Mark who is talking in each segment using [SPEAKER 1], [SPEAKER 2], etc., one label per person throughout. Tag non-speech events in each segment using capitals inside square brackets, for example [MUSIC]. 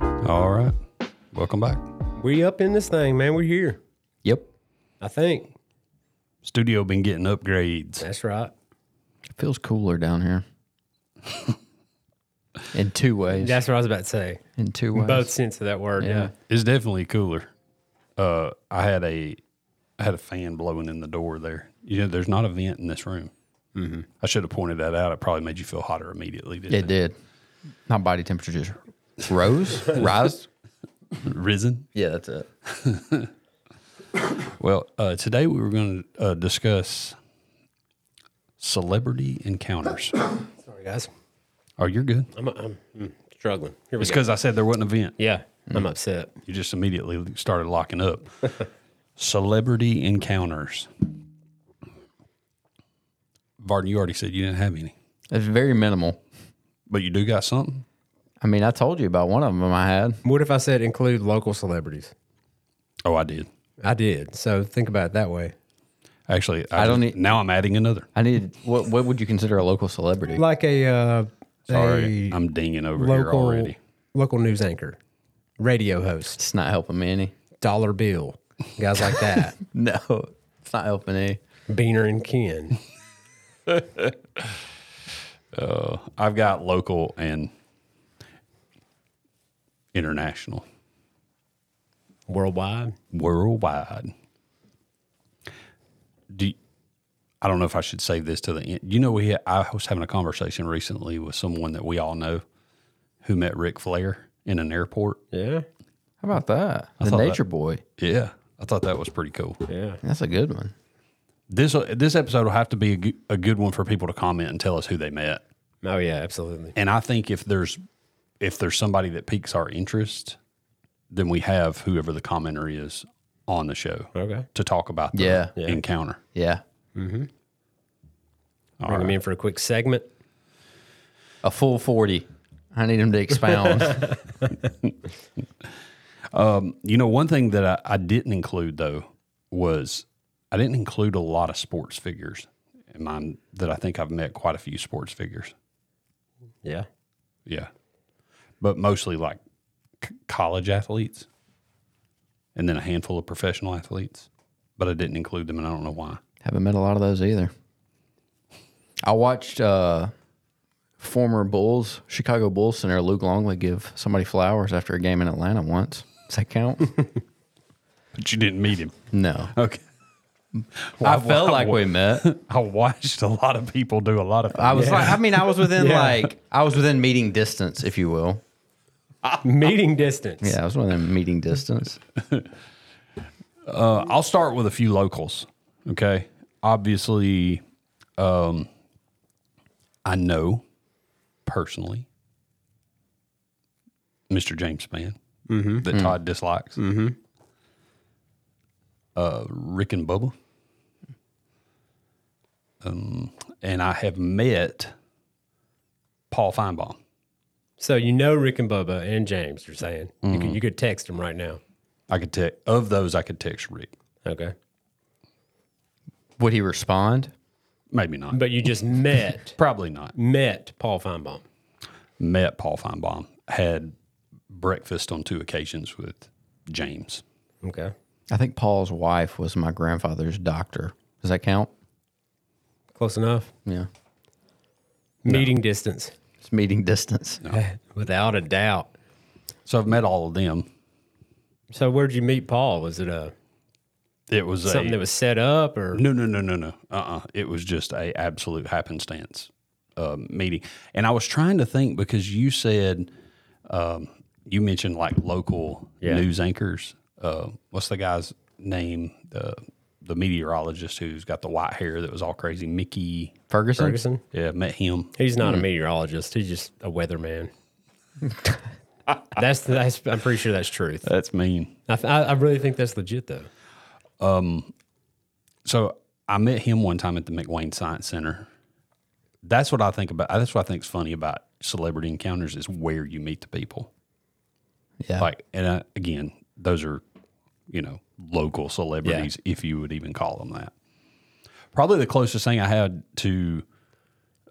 [SPEAKER 1] All right. Welcome back.
[SPEAKER 2] We up in this thing, man. We're here.
[SPEAKER 3] Yep.
[SPEAKER 2] I think
[SPEAKER 1] Studio been getting upgrades.
[SPEAKER 2] that's right.
[SPEAKER 3] It feels cooler down [LAUGHS] here. In two ways.
[SPEAKER 2] That's what I was about to say.
[SPEAKER 3] In two ways.
[SPEAKER 2] Both sense of that word. Yeah.
[SPEAKER 3] Yeah.
[SPEAKER 1] It's definitely cooler. Uh, I had a I had a fan blowing in the door there. You know, there's not a vent in this room. Mm-hmm. I should have pointed that out. It probably made you feel hotter immediately. Didn't
[SPEAKER 3] It did. My body temperature just [LAUGHS] rose. rise.
[SPEAKER 1] Risen.
[SPEAKER 3] Yeah, that's it.
[SPEAKER 1] Well, uh, today we were going to uh, discuss celebrity encounters.
[SPEAKER 2] Sorry, guys.
[SPEAKER 1] oh, you're good.
[SPEAKER 2] I'm, I'm mm, struggling. Here we
[SPEAKER 1] It's Mm.
[SPEAKER 2] go.
[SPEAKER 1] because I said there wasn't a vent.
[SPEAKER 2] Yeah. I'm upset.
[SPEAKER 1] You just immediately started locking up. [LAUGHS] Celebrity encounters. Varden, you already said you didn't have any,
[SPEAKER 3] It's very minimal.
[SPEAKER 1] but you do got something.
[SPEAKER 3] I mean, I told you about one of them I had.
[SPEAKER 2] What if I said include local celebrities?
[SPEAKER 1] Oh, I did.
[SPEAKER 2] I did. So think about it that way.
[SPEAKER 1] Actually, I,
[SPEAKER 3] I
[SPEAKER 1] don't.
[SPEAKER 3] don't need-
[SPEAKER 1] now I'm adding another.
[SPEAKER 3] I needed what what would you consider a local celebrity?
[SPEAKER 2] Like a uh,
[SPEAKER 1] Sorry,
[SPEAKER 2] a
[SPEAKER 1] I'm dinging over here
[SPEAKER 2] local
[SPEAKER 1] already.
[SPEAKER 2] local news anchor, radio host,
[SPEAKER 3] It's not helping me any.
[SPEAKER 2] dollar bill, guys like
[SPEAKER 1] [LAUGHS]
[SPEAKER 2] that.
[SPEAKER 3] [LAUGHS] No. It's not helping any.
[SPEAKER 2] Beaner and Ken.
[SPEAKER 1] I've got local and international,
[SPEAKER 2] Worldwide.
[SPEAKER 1] worldwide. Do I don't know if I should save this to the end. You know, we had, I was having a conversation recently with someone that we all know who met Ric Flair in an airport.
[SPEAKER 2] Yeah.
[SPEAKER 3] How about that? the
[SPEAKER 1] thought
[SPEAKER 3] Nature Boy.
[SPEAKER 1] Yeah, I thought that was pretty cool.
[SPEAKER 2] Yeah.
[SPEAKER 3] That's a good one.
[SPEAKER 1] This uh, this episode will have to be a, goo- a good one for people to comment and tell us who they met.
[SPEAKER 2] Oh yeah, absolutely.
[SPEAKER 1] And I think if there's if there's somebody that piques our interest, then we have whoever the commenter is on the show
[SPEAKER 2] Okay.
[SPEAKER 1] to talk about the
[SPEAKER 3] Yeah. Yeah.
[SPEAKER 1] encounter.
[SPEAKER 3] Yeah.
[SPEAKER 2] Bring them in for a quick segment.
[SPEAKER 3] A full forty. I need him [LAUGHS] to expound.
[SPEAKER 1] You know, one thing that I, I didn't include though was I didn't include a lot of sports figures in mine that I think I've met quite a few sports figures.
[SPEAKER 2] Yeah.
[SPEAKER 1] Yeah. But mostly like c- college athletes and then a handful of professional athletes. But I didn't include them and I don't know why.
[SPEAKER 3] Haven't met a lot of those either. I watched uh, former Bulls, Chicago Bulls center Luke Longley give somebody flowers after a game in Atlanta once. Does that count?
[SPEAKER 1] But you didn't meet him.
[SPEAKER 3] no.
[SPEAKER 1] Okay.
[SPEAKER 3] I felt like we met.
[SPEAKER 1] I watched a lot of people do a lot of
[SPEAKER 3] I
[SPEAKER 1] things.
[SPEAKER 3] was like, I mean, I was within
[SPEAKER 2] Yeah.
[SPEAKER 3] like, I was within meeting distance, if you will.
[SPEAKER 2] Meeting distance.
[SPEAKER 3] Yeah, I was within meeting distance.
[SPEAKER 1] Uh, I'll start with a few locals. Okay. Obviously, um, I know personally Mr. James Spann that Todd dislikes. Mm-hmm. Uh, Rick and Bubba. Um, and I have met Paul Feinbaum.
[SPEAKER 2] So you know Rick and Bubba and James. You're saying you, could, you could text them right now.
[SPEAKER 1] I could text of those. I could text Rick.
[SPEAKER 2] Okay,
[SPEAKER 3] Would he respond?
[SPEAKER 1] Maybe not.
[SPEAKER 2] but you just met
[SPEAKER 1] Probably not.
[SPEAKER 2] met Paul Feinbaum.
[SPEAKER 1] met Paul Feinbaum, had breakfast on two occasions with James.
[SPEAKER 2] Okay,
[SPEAKER 3] I think Paul's wife was my grandfather's doctor. Does that count?
[SPEAKER 2] close enough.
[SPEAKER 3] Yeah.
[SPEAKER 2] Meeting distance,
[SPEAKER 3] It's meeting distance.
[SPEAKER 2] without a doubt.
[SPEAKER 1] So I've met all of them.
[SPEAKER 2] So where'd you meet Paul? Was it a
[SPEAKER 1] It was
[SPEAKER 2] something
[SPEAKER 1] a
[SPEAKER 2] that was set up, or
[SPEAKER 1] no, no, no, no, no. Uh, uh It was just a absolute happenstance uh, meeting. And I was trying to think because you said um, you mentioned like local
[SPEAKER 2] Yeah.
[SPEAKER 1] news anchors. Uh, what's the guy's name? The the meteorologist who's got the white hair that was all crazy, Mickey.
[SPEAKER 3] Ferguson?
[SPEAKER 2] Ferguson?
[SPEAKER 1] Yeah, met him.
[SPEAKER 2] He's not a meteorologist. He's just a weatherman. that's that's. I'm pretty sure that's truth.
[SPEAKER 1] That's mean.
[SPEAKER 2] I, th- I I really think that's legit though.
[SPEAKER 1] So I met him one time at the McWayne Science Center. That's what I think about. That's what I think's funny about celebrity encounters is where you meet the people.
[SPEAKER 3] Yeah.
[SPEAKER 1] Like, and I, again, those are, you know, local celebrities, if you would even call them that. Probably the closest thing I had to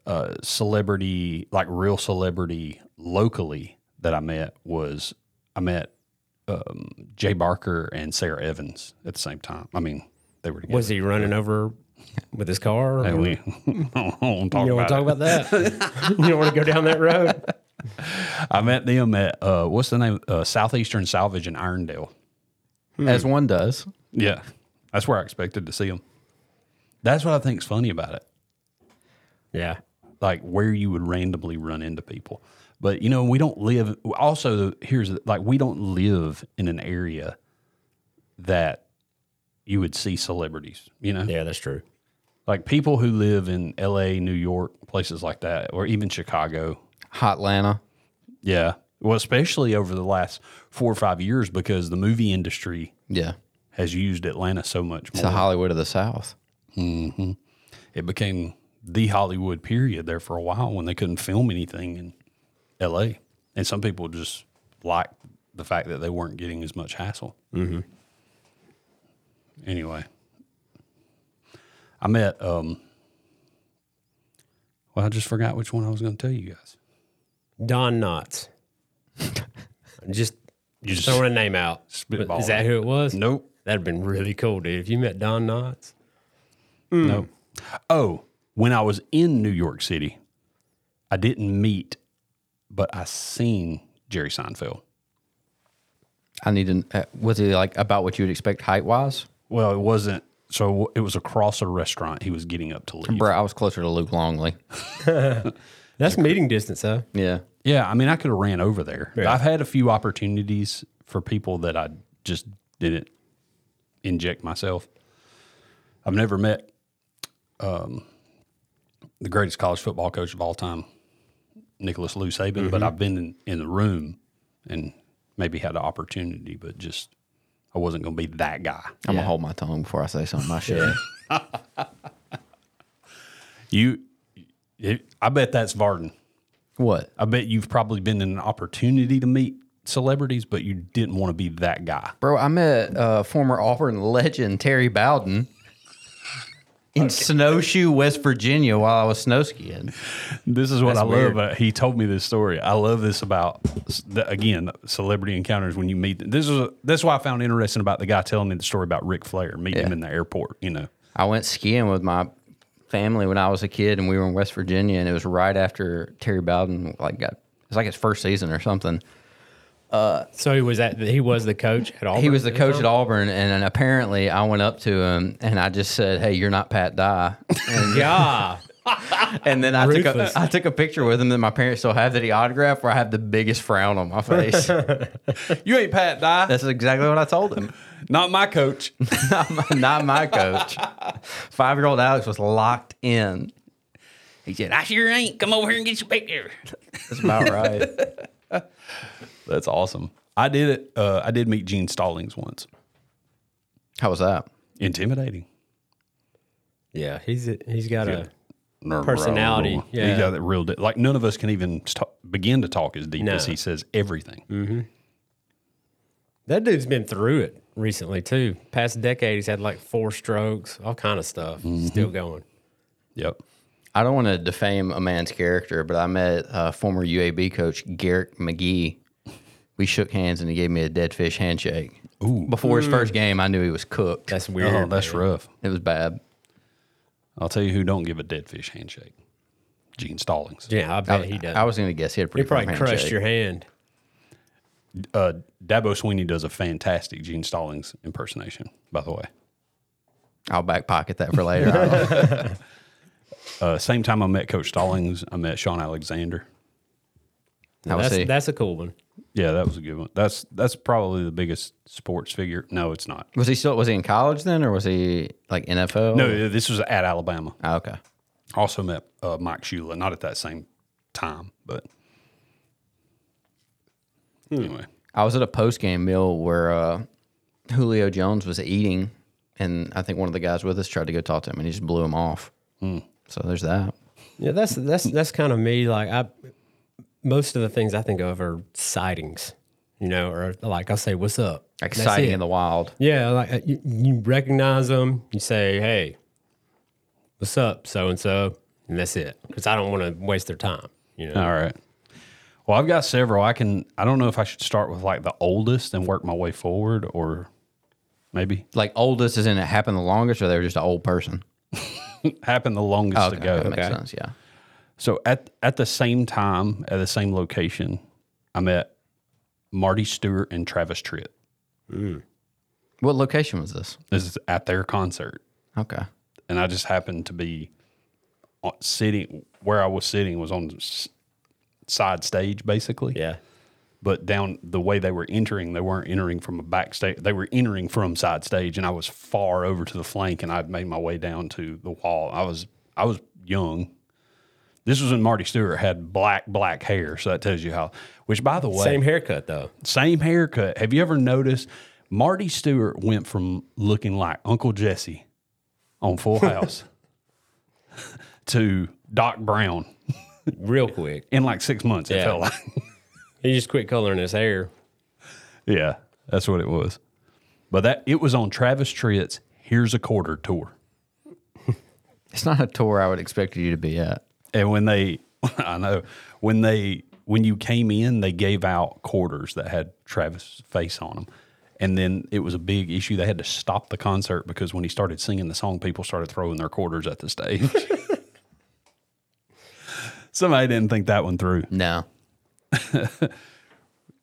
[SPEAKER 1] uh, celebrity, like real celebrity locally that I met was I met um, Jay Barker and Sarah Evans at the same time. I mean, they were together.
[SPEAKER 2] Was he running over with his car?
[SPEAKER 1] And
[SPEAKER 2] you
[SPEAKER 1] we, [LAUGHS] I don't talk about
[SPEAKER 2] don't want to talk
[SPEAKER 1] it.
[SPEAKER 2] about that. [LAUGHS] you don't want to go down that road.
[SPEAKER 1] I met them at uh, what's the name? Uh, Southeastern Salvage in Irondale.
[SPEAKER 3] as one does.
[SPEAKER 1] Yeah, that's where I expected to see them. That's what I think's funny about it,
[SPEAKER 2] Yeah.
[SPEAKER 1] like where you would randomly run into people. But you know, we don't live. Also, here's like we don't live in an area that you would see celebrities. You know,
[SPEAKER 2] Yeah, that's true.
[SPEAKER 1] like people who live in L.A., New York, places like that, or even Chicago.
[SPEAKER 3] Hot Lana.
[SPEAKER 1] Yeah. Well, especially over the last four or five years, because the movie industry
[SPEAKER 3] Yeah.
[SPEAKER 1] has used Atlanta so much
[SPEAKER 3] It's the
[SPEAKER 1] more.
[SPEAKER 3] Hollywood of the South.
[SPEAKER 1] It became the Hollywood period there for a while when they couldn't film anything in L.A. And some people just liked the fact that they weren't getting as much hassle. Mm-hmm. Anyway, I met. Um, well, I just forgot which one I was going to tell you guys.
[SPEAKER 2] Don [LAUGHS] Knotts. just,
[SPEAKER 1] You just-
[SPEAKER 2] throwing a name out.
[SPEAKER 1] Spitballing.
[SPEAKER 2] Is that who it was?
[SPEAKER 1] Nope.
[SPEAKER 2] That'd have been really cool, dude. If you met Don Knotts.
[SPEAKER 1] No. Oh, when I was in New York City, I didn't meet, but I seen Jerry Seinfeld.
[SPEAKER 3] I need to. Uh, was he like about what you would expect height wise?
[SPEAKER 1] Well, it wasn't. So it was across a restaurant. He was getting up to leave.
[SPEAKER 3] Bro, I was closer to Luke Longley.
[SPEAKER 2] That's meeting distance, huh?
[SPEAKER 3] Yeah.
[SPEAKER 1] Yeah, I mean, I could have ran over there. I've had a few opportunities for people that I just didn't inject myself. I've never met um, the greatest college football coach of all time, Nicholas Lou Saban, but I've been in, in the room and maybe had the opportunity, but just I wasn't going to be that guy.
[SPEAKER 3] I'm gonna hold my tongue before I say something. I should.
[SPEAKER 1] You, it, I bet that's Varden.
[SPEAKER 3] What?
[SPEAKER 1] I bet you've probably been in an opportunity to meet celebrities, but you didn't want to be that guy.
[SPEAKER 3] Bro, I met uh, former Auburn legend Terry Bowden in Snowshoe, West Virginia, while I was snowskiing.
[SPEAKER 1] This is what I
[SPEAKER 3] weird.
[SPEAKER 1] love. Uh, he told me this story. I love this about s- the, again celebrity encounters when you meet. Them. This is that's why I found interesting about the guy telling me the story about Ric Flair meeting him in the airport. You know,
[SPEAKER 3] I went skiing with my family when I was a kid, and we were in West Virginia, and it was right after Terry Bowden like got. It's like his first season or something.
[SPEAKER 2] So he was at he was the coach at all.
[SPEAKER 3] He was the coach at Auburn, and, then apparently I went up to him and I just said, "Hey, you're not Pat Dye." And,
[SPEAKER 2] Yeah.
[SPEAKER 3] [LAUGHS] and then I took a,
[SPEAKER 2] Ruthless.
[SPEAKER 3] I took a picture with him that my parents still have that he autographed, where I have the biggest frown on
[SPEAKER 2] [LAUGHS]
[SPEAKER 3] my face.
[SPEAKER 1] you ain't Pat Dye,
[SPEAKER 3] That's exactly what I told him. [LAUGHS]
[SPEAKER 1] not my coach.
[SPEAKER 3] not my, not my coach. Five year old Alex was locked in. He said, [LAUGHS] I sure ain't. Come over here and get your picture. That's about
[SPEAKER 2] [LAUGHS]
[SPEAKER 3] right.
[SPEAKER 1] That's awesome. I did it. Uh, I did meet Gene Stallings once.
[SPEAKER 3] How was that?
[SPEAKER 1] Intimidating
[SPEAKER 2] Yeah, he's a, he's got a
[SPEAKER 1] He
[SPEAKER 2] Personality, yeah.
[SPEAKER 1] got that real. di- Like none of us can even st- begin to talk as deep
[SPEAKER 2] No.
[SPEAKER 1] as he says everything.
[SPEAKER 3] Mm.
[SPEAKER 2] that dude's been through it recently too. Past decade, he's had like four strokes, all kind of stuff. Still going.
[SPEAKER 3] Uh-huh.
[SPEAKER 1] Yep.
[SPEAKER 3] I don't want to defame a man's character, but I met uh, former UAB coach Garrick McGee. We shook hands and he gave me a dead fish handshake.
[SPEAKER 1] Ooh.
[SPEAKER 3] Before his first game, I knew he was cooked.
[SPEAKER 2] That's weird.
[SPEAKER 1] Oh, that's
[SPEAKER 2] man.
[SPEAKER 1] rough.
[SPEAKER 3] It was bad.
[SPEAKER 1] I'll tell you who don't give a dead fish handshake. Gene Stallings.
[SPEAKER 2] Yeah, I bet he does.
[SPEAKER 3] I was going to guess he had a
[SPEAKER 2] he
[SPEAKER 3] pretty
[SPEAKER 2] probably
[SPEAKER 3] firm
[SPEAKER 2] crushed
[SPEAKER 3] handshake.
[SPEAKER 2] your hand.
[SPEAKER 1] Uh, Dabo Sweeney does a fantastic Gene Stallings impersonation, by the way.
[SPEAKER 3] I'll back pocket that
[SPEAKER 2] [LAUGHS]
[SPEAKER 3] for later. I don't-
[SPEAKER 1] Uh, same time I met Coach Stallings, I met Sean Alexander.
[SPEAKER 3] How was
[SPEAKER 2] that's
[SPEAKER 3] he?
[SPEAKER 2] that's a cool one.
[SPEAKER 1] Yeah, that was a good one. That's that's probably the biggest sports figure. No, it's not.
[SPEAKER 3] was he still was he in college then, or was he like NFL?
[SPEAKER 1] No, this was at Alabama.
[SPEAKER 3] Oh, okay.
[SPEAKER 1] Also met uh, Mike Shula, not at that same time, but anyway.
[SPEAKER 3] I was at a post game meal where uh, Julio Jones was eating, and I think one of the guys with us tried to go talk to him, and he just blew him off.
[SPEAKER 2] Hmm.
[SPEAKER 3] So there's that.
[SPEAKER 2] Yeah, that's that's that's kind of me. Like I, most of the things I think of are sightings, you know, or like I'll say, "What's up?" That's
[SPEAKER 3] Exciting
[SPEAKER 2] it.
[SPEAKER 3] in the wild.
[SPEAKER 2] Yeah, like uh, you, you recognize them. You say, "Hey, what's up, so and so," and that's it. Because I don't want to waste their time. You know,
[SPEAKER 1] All right. Well, I've got several. I can. I don't know if I should start with like the oldest and work my way forward, or maybe
[SPEAKER 3] Like oldest is in it happened the longest, or they were just an old person.
[SPEAKER 1] happened the longest
[SPEAKER 3] Okay,
[SPEAKER 1] to go.
[SPEAKER 3] that makes sense. Yeah.
[SPEAKER 1] So at at the same time, at the same location, I met Marty Stewart and Travis Tritt.
[SPEAKER 3] What location was this?
[SPEAKER 1] This is at their concert,
[SPEAKER 3] Okay.
[SPEAKER 1] and I just happened to be on- sitting where I was sitting was on the s- side stage basically.
[SPEAKER 2] Yeah.
[SPEAKER 1] But down the way they were entering, they weren't entering from a backstage. They were entering from side stage, and I was far over to the flank, and I'd made my way down to the wall. I was I was young. This was when Marty Stewart had black black hair, so that tells you how. Which, by the way,
[SPEAKER 2] Same haircut though.
[SPEAKER 1] same haircut. Have you ever noticed Marty Stewart went from looking like Uncle Jesse on
[SPEAKER 2] [LAUGHS]
[SPEAKER 1] Full House to Doc Brown
[SPEAKER 2] Real quick.
[SPEAKER 1] in like six months? It
[SPEAKER 2] Yeah.
[SPEAKER 1] felt like.
[SPEAKER 2] He just quit coloring his hair.
[SPEAKER 1] yeah, that's what it was. But that it was on Travis Tritt's Here's a Quarter tour.
[SPEAKER 3] It's not a tour I would expect you to be at.
[SPEAKER 1] And when they, [LAUGHS] I know, when they, when you came in, they gave out quarters that had Travis' face on them. And then it was a big issue. They had to stop the concert because when he started singing the song, people started throwing their quarters at the stage. [LAUGHS] Somebody didn't think that one through.
[SPEAKER 3] No.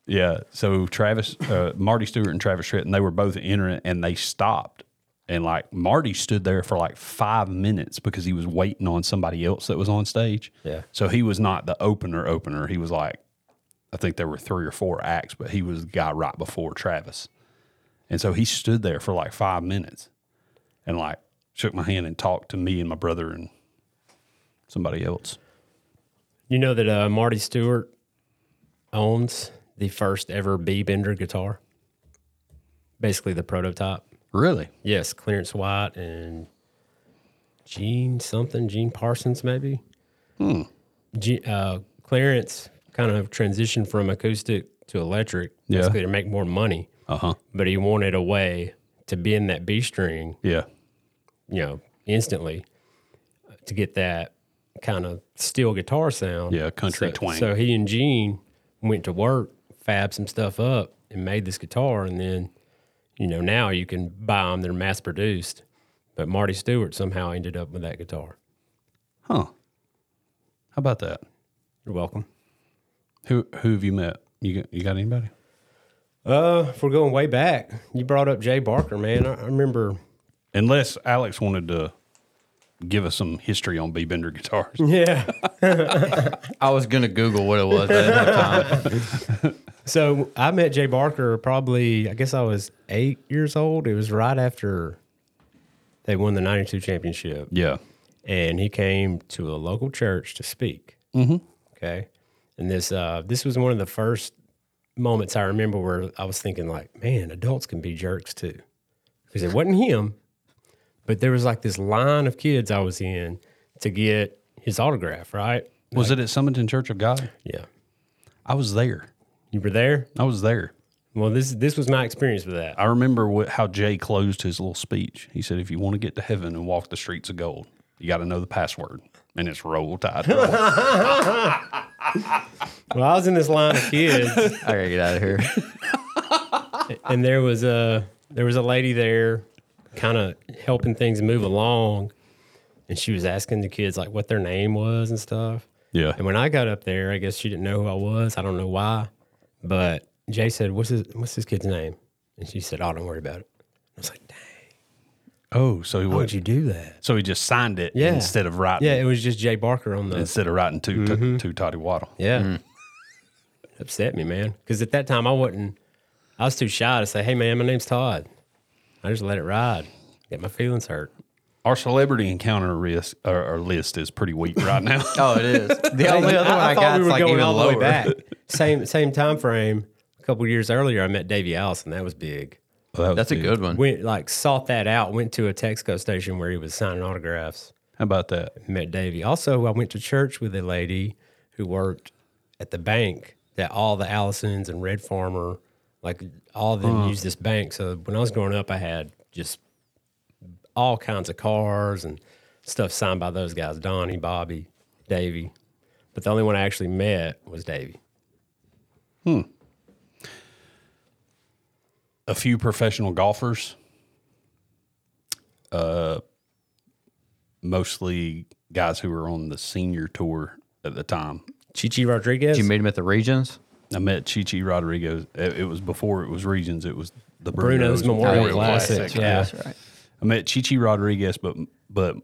[SPEAKER 1] Yeah. So Travis, uh, Marty Stewart and Travis Tritt, and they were both entering and they stopped. And like Marty stood there for like five minutes because he was waiting on somebody else that was on stage.
[SPEAKER 2] Yeah.
[SPEAKER 1] So he was not the opener opener. He was like, I think there were three or four acts, but he was the guy right before Travis. And so he stood there for like five minutes and like shook my hand and talked to me and my brother and somebody else.
[SPEAKER 2] You know that uh, Marty Stewart owns the first ever B Bender guitar. Basically the prototype.
[SPEAKER 1] Really?
[SPEAKER 2] Yes, Clarence White and Gene something, Gene Parsons maybe. Hmm. G, uh, Clarence kind of transitioned from acoustic to electric,
[SPEAKER 1] Yeah.
[SPEAKER 2] basically to make more money.
[SPEAKER 1] Uh huh.
[SPEAKER 2] But he wanted a way to be in that B string,
[SPEAKER 1] Yeah.
[SPEAKER 2] you know, instantly uh, to get that kind of steel guitar sound.
[SPEAKER 1] Yeah, country
[SPEAKER 2] so,
[SPEAKER 1] twang.
[SPEAKER 2] So he and Gene went to work, fab some stuff up, and made this guitar. And then, you know, now you can buy them; they're mass produced. But Marty Stewart somehow ended up with that guitar.
[SPEAKER 1] Huh. How about that?
[SPEAKER 2] You're welcome.
[SPEAKER 1] Who who have you met? You got- you got anybody?
[SPEAKER 2] Uh, if we're going way back, you brought up Jay Barker, man. I, I remember.
[SPEAKER 1] Unless Alex wanted to give us some history on B Bender [LAUGHS] guitars.
[SPEAKER 2] Yeah.
[SPEAKER 3] I was gonna Google what it was. but I didn't have [LAUGHS] time.
[SPEAKER 2] So I met Jay Barker probably, I guess I was eight years old. It was right after they won the 92 championship.
[SPEAKER 1] yeah.
[SPEAKER 2] And he came to a local church to speak. Mm-hmm. Okay. And this, uh, this was one of the first moments I remember where I was thinking, like, man, adults can be jerks too. Because it wasn't him, but there was like this line of kids I was in to get his autograph, right?
[SPEAKER 1] Was it at Summerton Church of God?
[SPEAKER 2] Yeah.
[SPEAKER 1] I was there.
[SPEAKER 2] You were there?
[SPEAKER 1] I was there.
[SPEAKER 2] Well, this this was my experience with that.
[SPEAKER 1] I remember what, how Jay closed his little speech. He said, "If you want to get to heaven and walk the streets of gold, you got to know the password, and it's roll tide." Roll." [LAUGHS]
[SPEAKER 2] Well, I was in this line of
[SPEAKER 3] [LAUGHS]
[SPEAKER 2] kids,
[SPEAKER 3] I gotta get out of here.
[SPEAKER 2] and there was a there was a lady there, kind of helping things move along, and she was asking the kids like what their name was and stuff.
[SPEAKER 1] yeah.
[SPEAKER 2] And when I got up there, I guess she didn't know who I was. I don't know why, but Jay said, "What's his What's this kid's name?" And she said, "Oh, don't worry about it." I was like, "Dang,
[SPEAKER 1] Oh, so he
[SPEAKER 2] why would
[SPEAKER 1] was,
[SPEAKER 2] you do that?"
[SPEAKER 1] so he just signed it
[SPEAKER 2] Yeah.
[SPEAKER 1] instead of writing
[SPEAKER 2] Yeah, it was just Jay Barker on the
[SPEAKER 1] instead of writing to to, to Toddy Waddle.
[SPEAKER 2] Yeah.
[SPEAKER 3] Mm.
[SPEAKER 2] [LAUGHS] Upset me, man. Because at that time, I wasn't, I was too shy to say, hey, man, my name's Todd. I just let it ride, get my feelings hurt.
[SPEAKER 1] Our celebrity encounter risk or, or list is pretty weak right [LAUGHS] now.
[SPEAKER 3] Oh, it is. [LAUGHS] The only other one I, got is like even lower. [LAUGHS]
[SPEAKER 2] same, same time frame. A couple years earlier, I met Davey Allison. That was big.
[SPEAKER 1] Well, that was
[SPEAKER 3] That's a
[SPEAKER 1] big.
[SPEAKER 3] good one.
[SPEAKER 2] Went like sought that out. Went to a Texaco station where he was signing autographs.
[SPEAKER 1] How about that?
[SPEAKER 2] Met Davey. Also, I went to church with a lady who worked at the bank that all the Allisons and Red Farmer, like all of them, used this bank. So when I was growing up, I had just all kinds of cars and stuff signed by those guys: Donnie, Bobby, Davey. But the only one I actually met was Davey.
[SPEAKER 1] a few professional golfers, uh, mostly guys who were on the senior tour at the time.
[SPEAKER 2] Chichi Rodriguez.
[SPEAKER 3] You meet him at the regions.
[SPEAKER 1] I met Chichi Rodriguez. It, it was before it was Regions. It was the
[SPEAKER 2] Bruno's
[SPEAKER 1] Bruno's
[SPEAKER 2] Memorial
[SPEAKER 1] Memorial
[SPEAKER 2] Classic. Yeah.
[SPEAKER 3] That's right.
[SPEAKER 1] I met Chichi Rodriguez, but but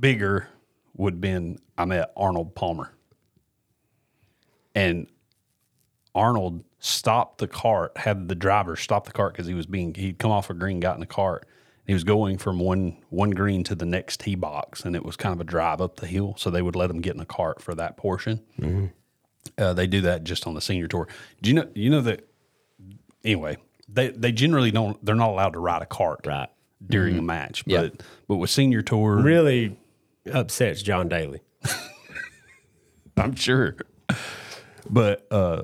[SPEAKER 1] bigger would been I met Arnold Palmer, and Arnold stopped the cart, had the driver stop the cart because he was being he'd come off a green, got in the cart. He was going from one one green to the next tee box, and it was kind of a drive up the hill. So they would let him get in a cart for that portion.
[SPEAKER 2] Mm-hmm.
[SPEAKER 1] Uh, they do that just on the senior tour. Do you know? You know that. Anyway, they they generally don't. They're not allowed to ride a cart
[SPEAKER 2] Right. Mm-hmm.
[SPEAKER 1] during a match. But
[SPEAKER 3] Yeah.
[SPEAKER 1] but with senior tour,
[SPEAKER 2] Really upsets John Daly.
[SPEAKER 1] [LAUGHS] I'm sure. But uh,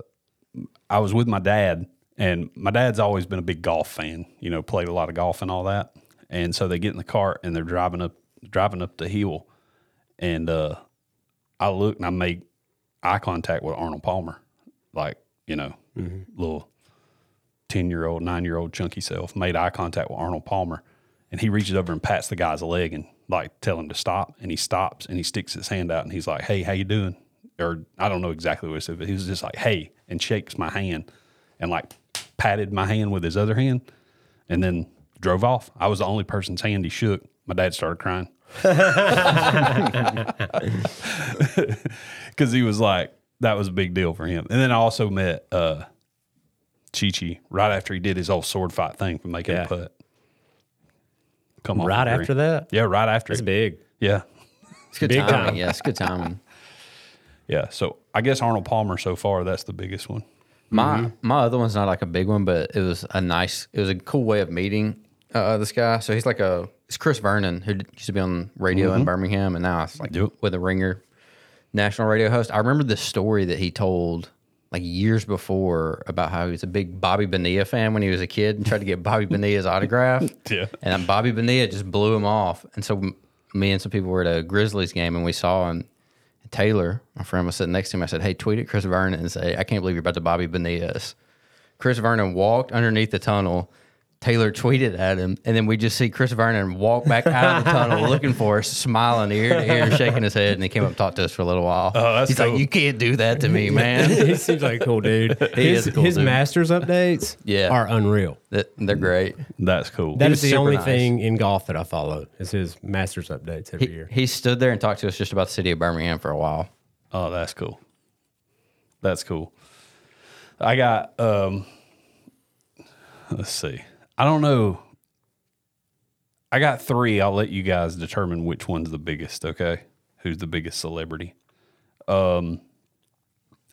[SPEAKER 1] I was with my dad, and my dad's always been a big golf fan. You know, played a lot of golf and all that. And so they get in the cart and they're driving up driving up the hill, and uh, I look and I make eye contact with Arnold Palmer, like you know, little ten year old, nine year old chunky self made eye contact with Arnold Palmer, and he reaches over and pats the guy's leg and like tell him to stop, and he stops and he sticks his hand out and he's like, "Hey, how you doing?" Or I don't know exactly what he said, but he was just like, "Hey," and shakes my hand, and like patted my hand with his other hand, and then drove off. I was the only person's hand he shook. My dad started crying. [LAUGHS] because he was like that was a big deal for him. And then I also met uh, Chichi right after he did his old sword fight thing for making
[SPEAKER 2] Yeah.
[SPEAKER 1] a putt. Come on,
[SPEAKER 2] Right after that?
[SPEAKER 1] yeah, right after,
[SPEAKER 2] It's
[SPEAKER 1] it.
[SPEAKER 2] big.
[SPEAKER 1] yeah,
[SPEAKER 3] It's good
[SPEAKER 2] Big
[SPEAKER 3] timing.
[SPEAKER 2] time.
[SPEAKER 3] Yeah, it's good timing.
[SPEAKER 1] yeah. So I guess Arnold Palmer so far that's the biggest one.
[SPEAKER 3] My
[SPEAKER 1] Mm-hmm.
[SPEAKER 3] my other one's not like a big one, but it was a nice, it was a cool way of meeting uh, this guy. So he's like a it's Chris Vernon who d- used to be on radio in Birmingham, and now it's like
[SPEAKER 1] Mm-hmm. Yep.
[SPEAKER 3] with a ringer, national radio host. I remember the story that he told like years before about how he was a big Bobby Bonilla fan when he was a kid and tried to
[SPEAKER 1] [LAUGHS]
[SPEAKER 3] get Bobby Bonilla's autograph.
[SPEAKER 1] Yeah.
[SPEAKER 3] and then Bobby Bonilla just blew him off. And so m- me and some people were at a Grizzlies game, and we saw him. Taylor, my friend, was sitting next to him. I said, "Hey, tweet at Chris Vernon and say I can't believe you're about to Bobby Bonilla's." Chris Vernon walked underneath the tunnel. Taylor tweeted at him, and then we just see Chris Vernon walk back out of
[SPEAKER 1] [LAUGHS]
[SPEAKER 3] the tunnel looking for us, smiling ear to ear, shaking his head, and he came up and talked to us for a little while. Oh,
[SPEAKER 1] that's
[SPEAKER 3] He's
[SPEAKER 1] cool.
[SPEAKER 3] like, "You can't do that
[SPEAKER 1] [LAUGHS]
[SPEAKER 3] to me, man."
[SPEAKER 2] [LAUGHS] he seems like a cool dude.
[SPEAKER 3] [LAUGHS] He
[SPEAKER 2] his
[SPEAKER 3] is a cool
[SPEAKER 2] his
[SPEAKER 3] dude.
[SPEAKER 2] masters updates
[SPEAKER 3] [LAUGHS] Yeah.
[SPEAKER 2] are unreal.
[SPEAKER 3] That- They're great.
[SPEAKER 1] That's cool.
[SPEAKER 2] That
[SPEAKER 3] was
[SPEAKER 2] is the
[SPEAKER 3] super
[SPEAKER 2] only
[SPEAKER 3] nice.
[SPEAKER 2] thing in golf that I follow is his masters updates every year.
[SPEAKER 3] He stood there and talked to us just about the city of Birmingham for a while.
[SPEAKER 1] Oh, that's cool. That's cool. I got um let's see. I don't know. I got 3. I'll let you guys determine which one's the biggest, okay? Who's the biggest celebrity? Um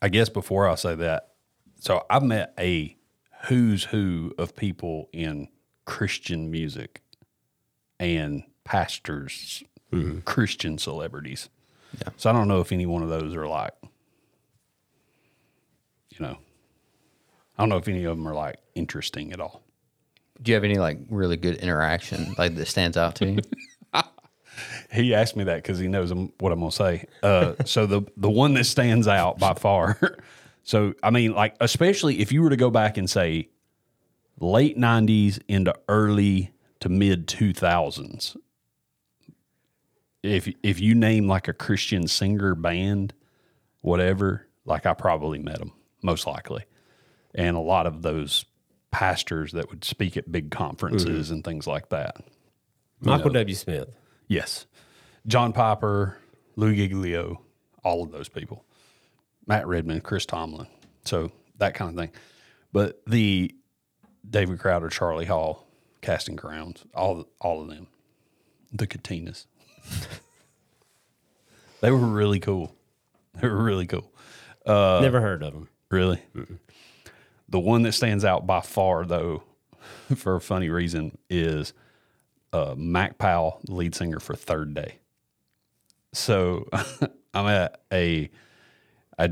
[SPEAKER 1] I guess before I say that. So I've met a who's who of people in Christian music and pastors, Christian celebrities. So I don't know if any one of those are like, you know, I don't know if any of them are like interesting at all.
[SPEAKER 3] Do you have any like really good interaction like that stands out to [LAUGHS] you?
[SPEAKER 1] He asked me that because he knows I'm- what I'm gonna say. Uh, [LAUGHS] so the the one that stands out by far. [LAUGHS] so I mean, like especially if you were to go back and say late '90s into early to mid 2000s. If if you name like a Christian singer band, whatever, like I probably met them most likely, and a lot of those pastors that would speak at big conferences and things like that.
[SPEAKER 2] Michael W. Smith.
[SPEAKER 1] Yes. John Piper, Lou Giglio, all of those people. Matt Redman, Chris Tomlin. So that kind of thing. But the David Crowder, Charlie Hall, Casting Crowns, all all of them. The Katinas. [LAUGHS] they were really cool. They were really cool.
[SPEAKER 3] Uh,
[SPEAKER 2] Never heard of him.
[SPEAKER 1] Really? The one that stands out by far, though, [LAUGHS] for a funny reason, is uh, Mac Powell, the lead singer for Third Day. So [LAUGHS] I'm at a, I,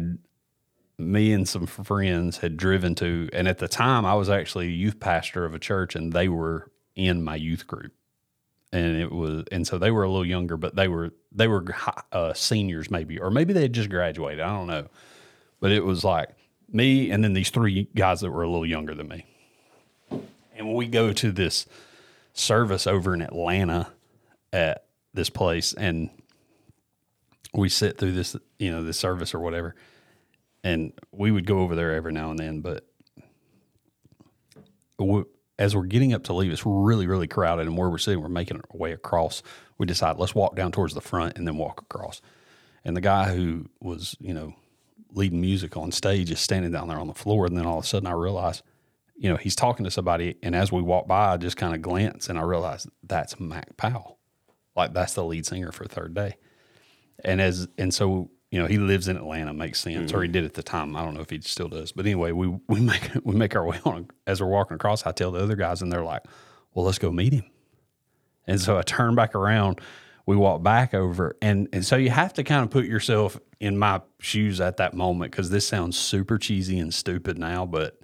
[SPEAKER 1] me and some friends had driven to, and at the time I was actually a youth pastor of a church, and they were in my youth group, and it was, and so they were a little younger, but they were they were hi- uh, seniors maybe, or maybe they had just graduated. I don't know But it was like me and then these three guys that were a little younger than me. And we go to this service over in Atlanta at this place and we sit through this, you know, this service or whatever. And we would go over there every now and then, but we- as we're getting up to leave, it's really, really crowded. And where we're sitting, we're making our way across. We decide let's walk down towards the front and then walk across. And the guy who was, you know, leading music on stage is standing down there on the floor. And then all of a sudden, I realize, you know, he's talking to somebody. And as we walk by, I just kind of glance and I realize that's Mac Powell. Like that's the lead singer for Third Day. And as and so you know he lives in Atlanta, makes sense, or he did at the time. I don't know if he still does, but anyway, we [LAUGHS] we make we make our way on as we're walking across. I tell the other guys, and they're like, "Well, let's go meet him." And so I turn back around. We walk back over, and and so you have to kind of put yourself in my shoes at that moment because this sounds super cheesy and stupid now, but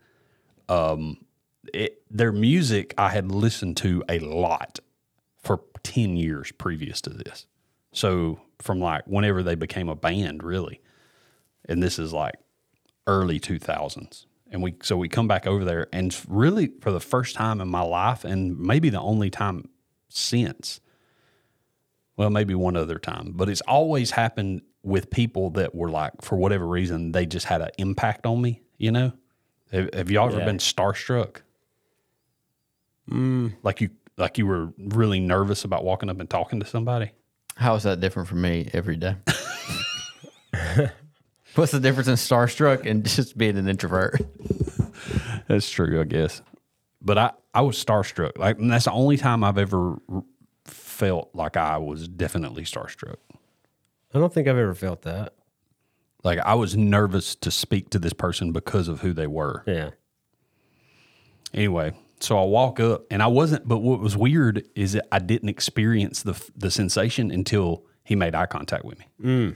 [SPEAKER 1] um, it, their music I had listened to a lot for 10 years previous to this. So from like whenever they became a band really. And this is like early 2000s. And we so we come back over there and really for the first time in my life and maybe the only time since well, maybe one other time, but it's always happened with people that were like, for whatever reason, they just had an impact on me. You know, have, have y'all ever
[SPEAKER 2] Yeah.
[SPEAKER 1] been starstruck? Like you, like you were really nervous about walking up and talking to somebody.
[SPEAKER 3] How is that different from me every day? What's the difference in starstruck and just being an introvert?
[SPEAKER 1] That's true, I guess. But I, I was starstruck. Like and that's the only time I've ever r- felt like I was definitely starstruck.
[SPEAKER 2] I don't think I've ever felt that.
[SPEAKER 1] Like I was nervous to speak to this person because of who they were.
[SPEAKER 2] Yeah.
[SPEAKER 1] Anyway, so I walk up and I wasn't, but what was weird is that I didn't experience the, the sensation until he made eye contact with me.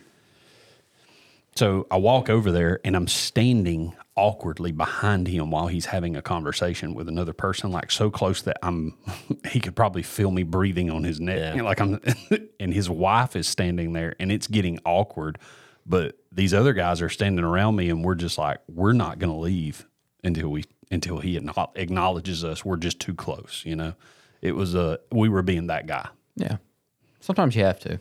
[SPEAKER 1] So I walk over there and I'm standing awkwardly behind him while he's having a conversation with another person, like so close that I'm, [LAUGHS] he could probably feel me breathing on his neck. Like I'm, [LAUGHS] and his wife is standing there and it's getting awkward. But these other guys are standing around me and we're just like, we're not going to leave until we, until he acknow- acknowledges us. We're just too close, you know? It was a, we were being that guy.
[SPEAKER 3] Yeah. Sometimes you have to.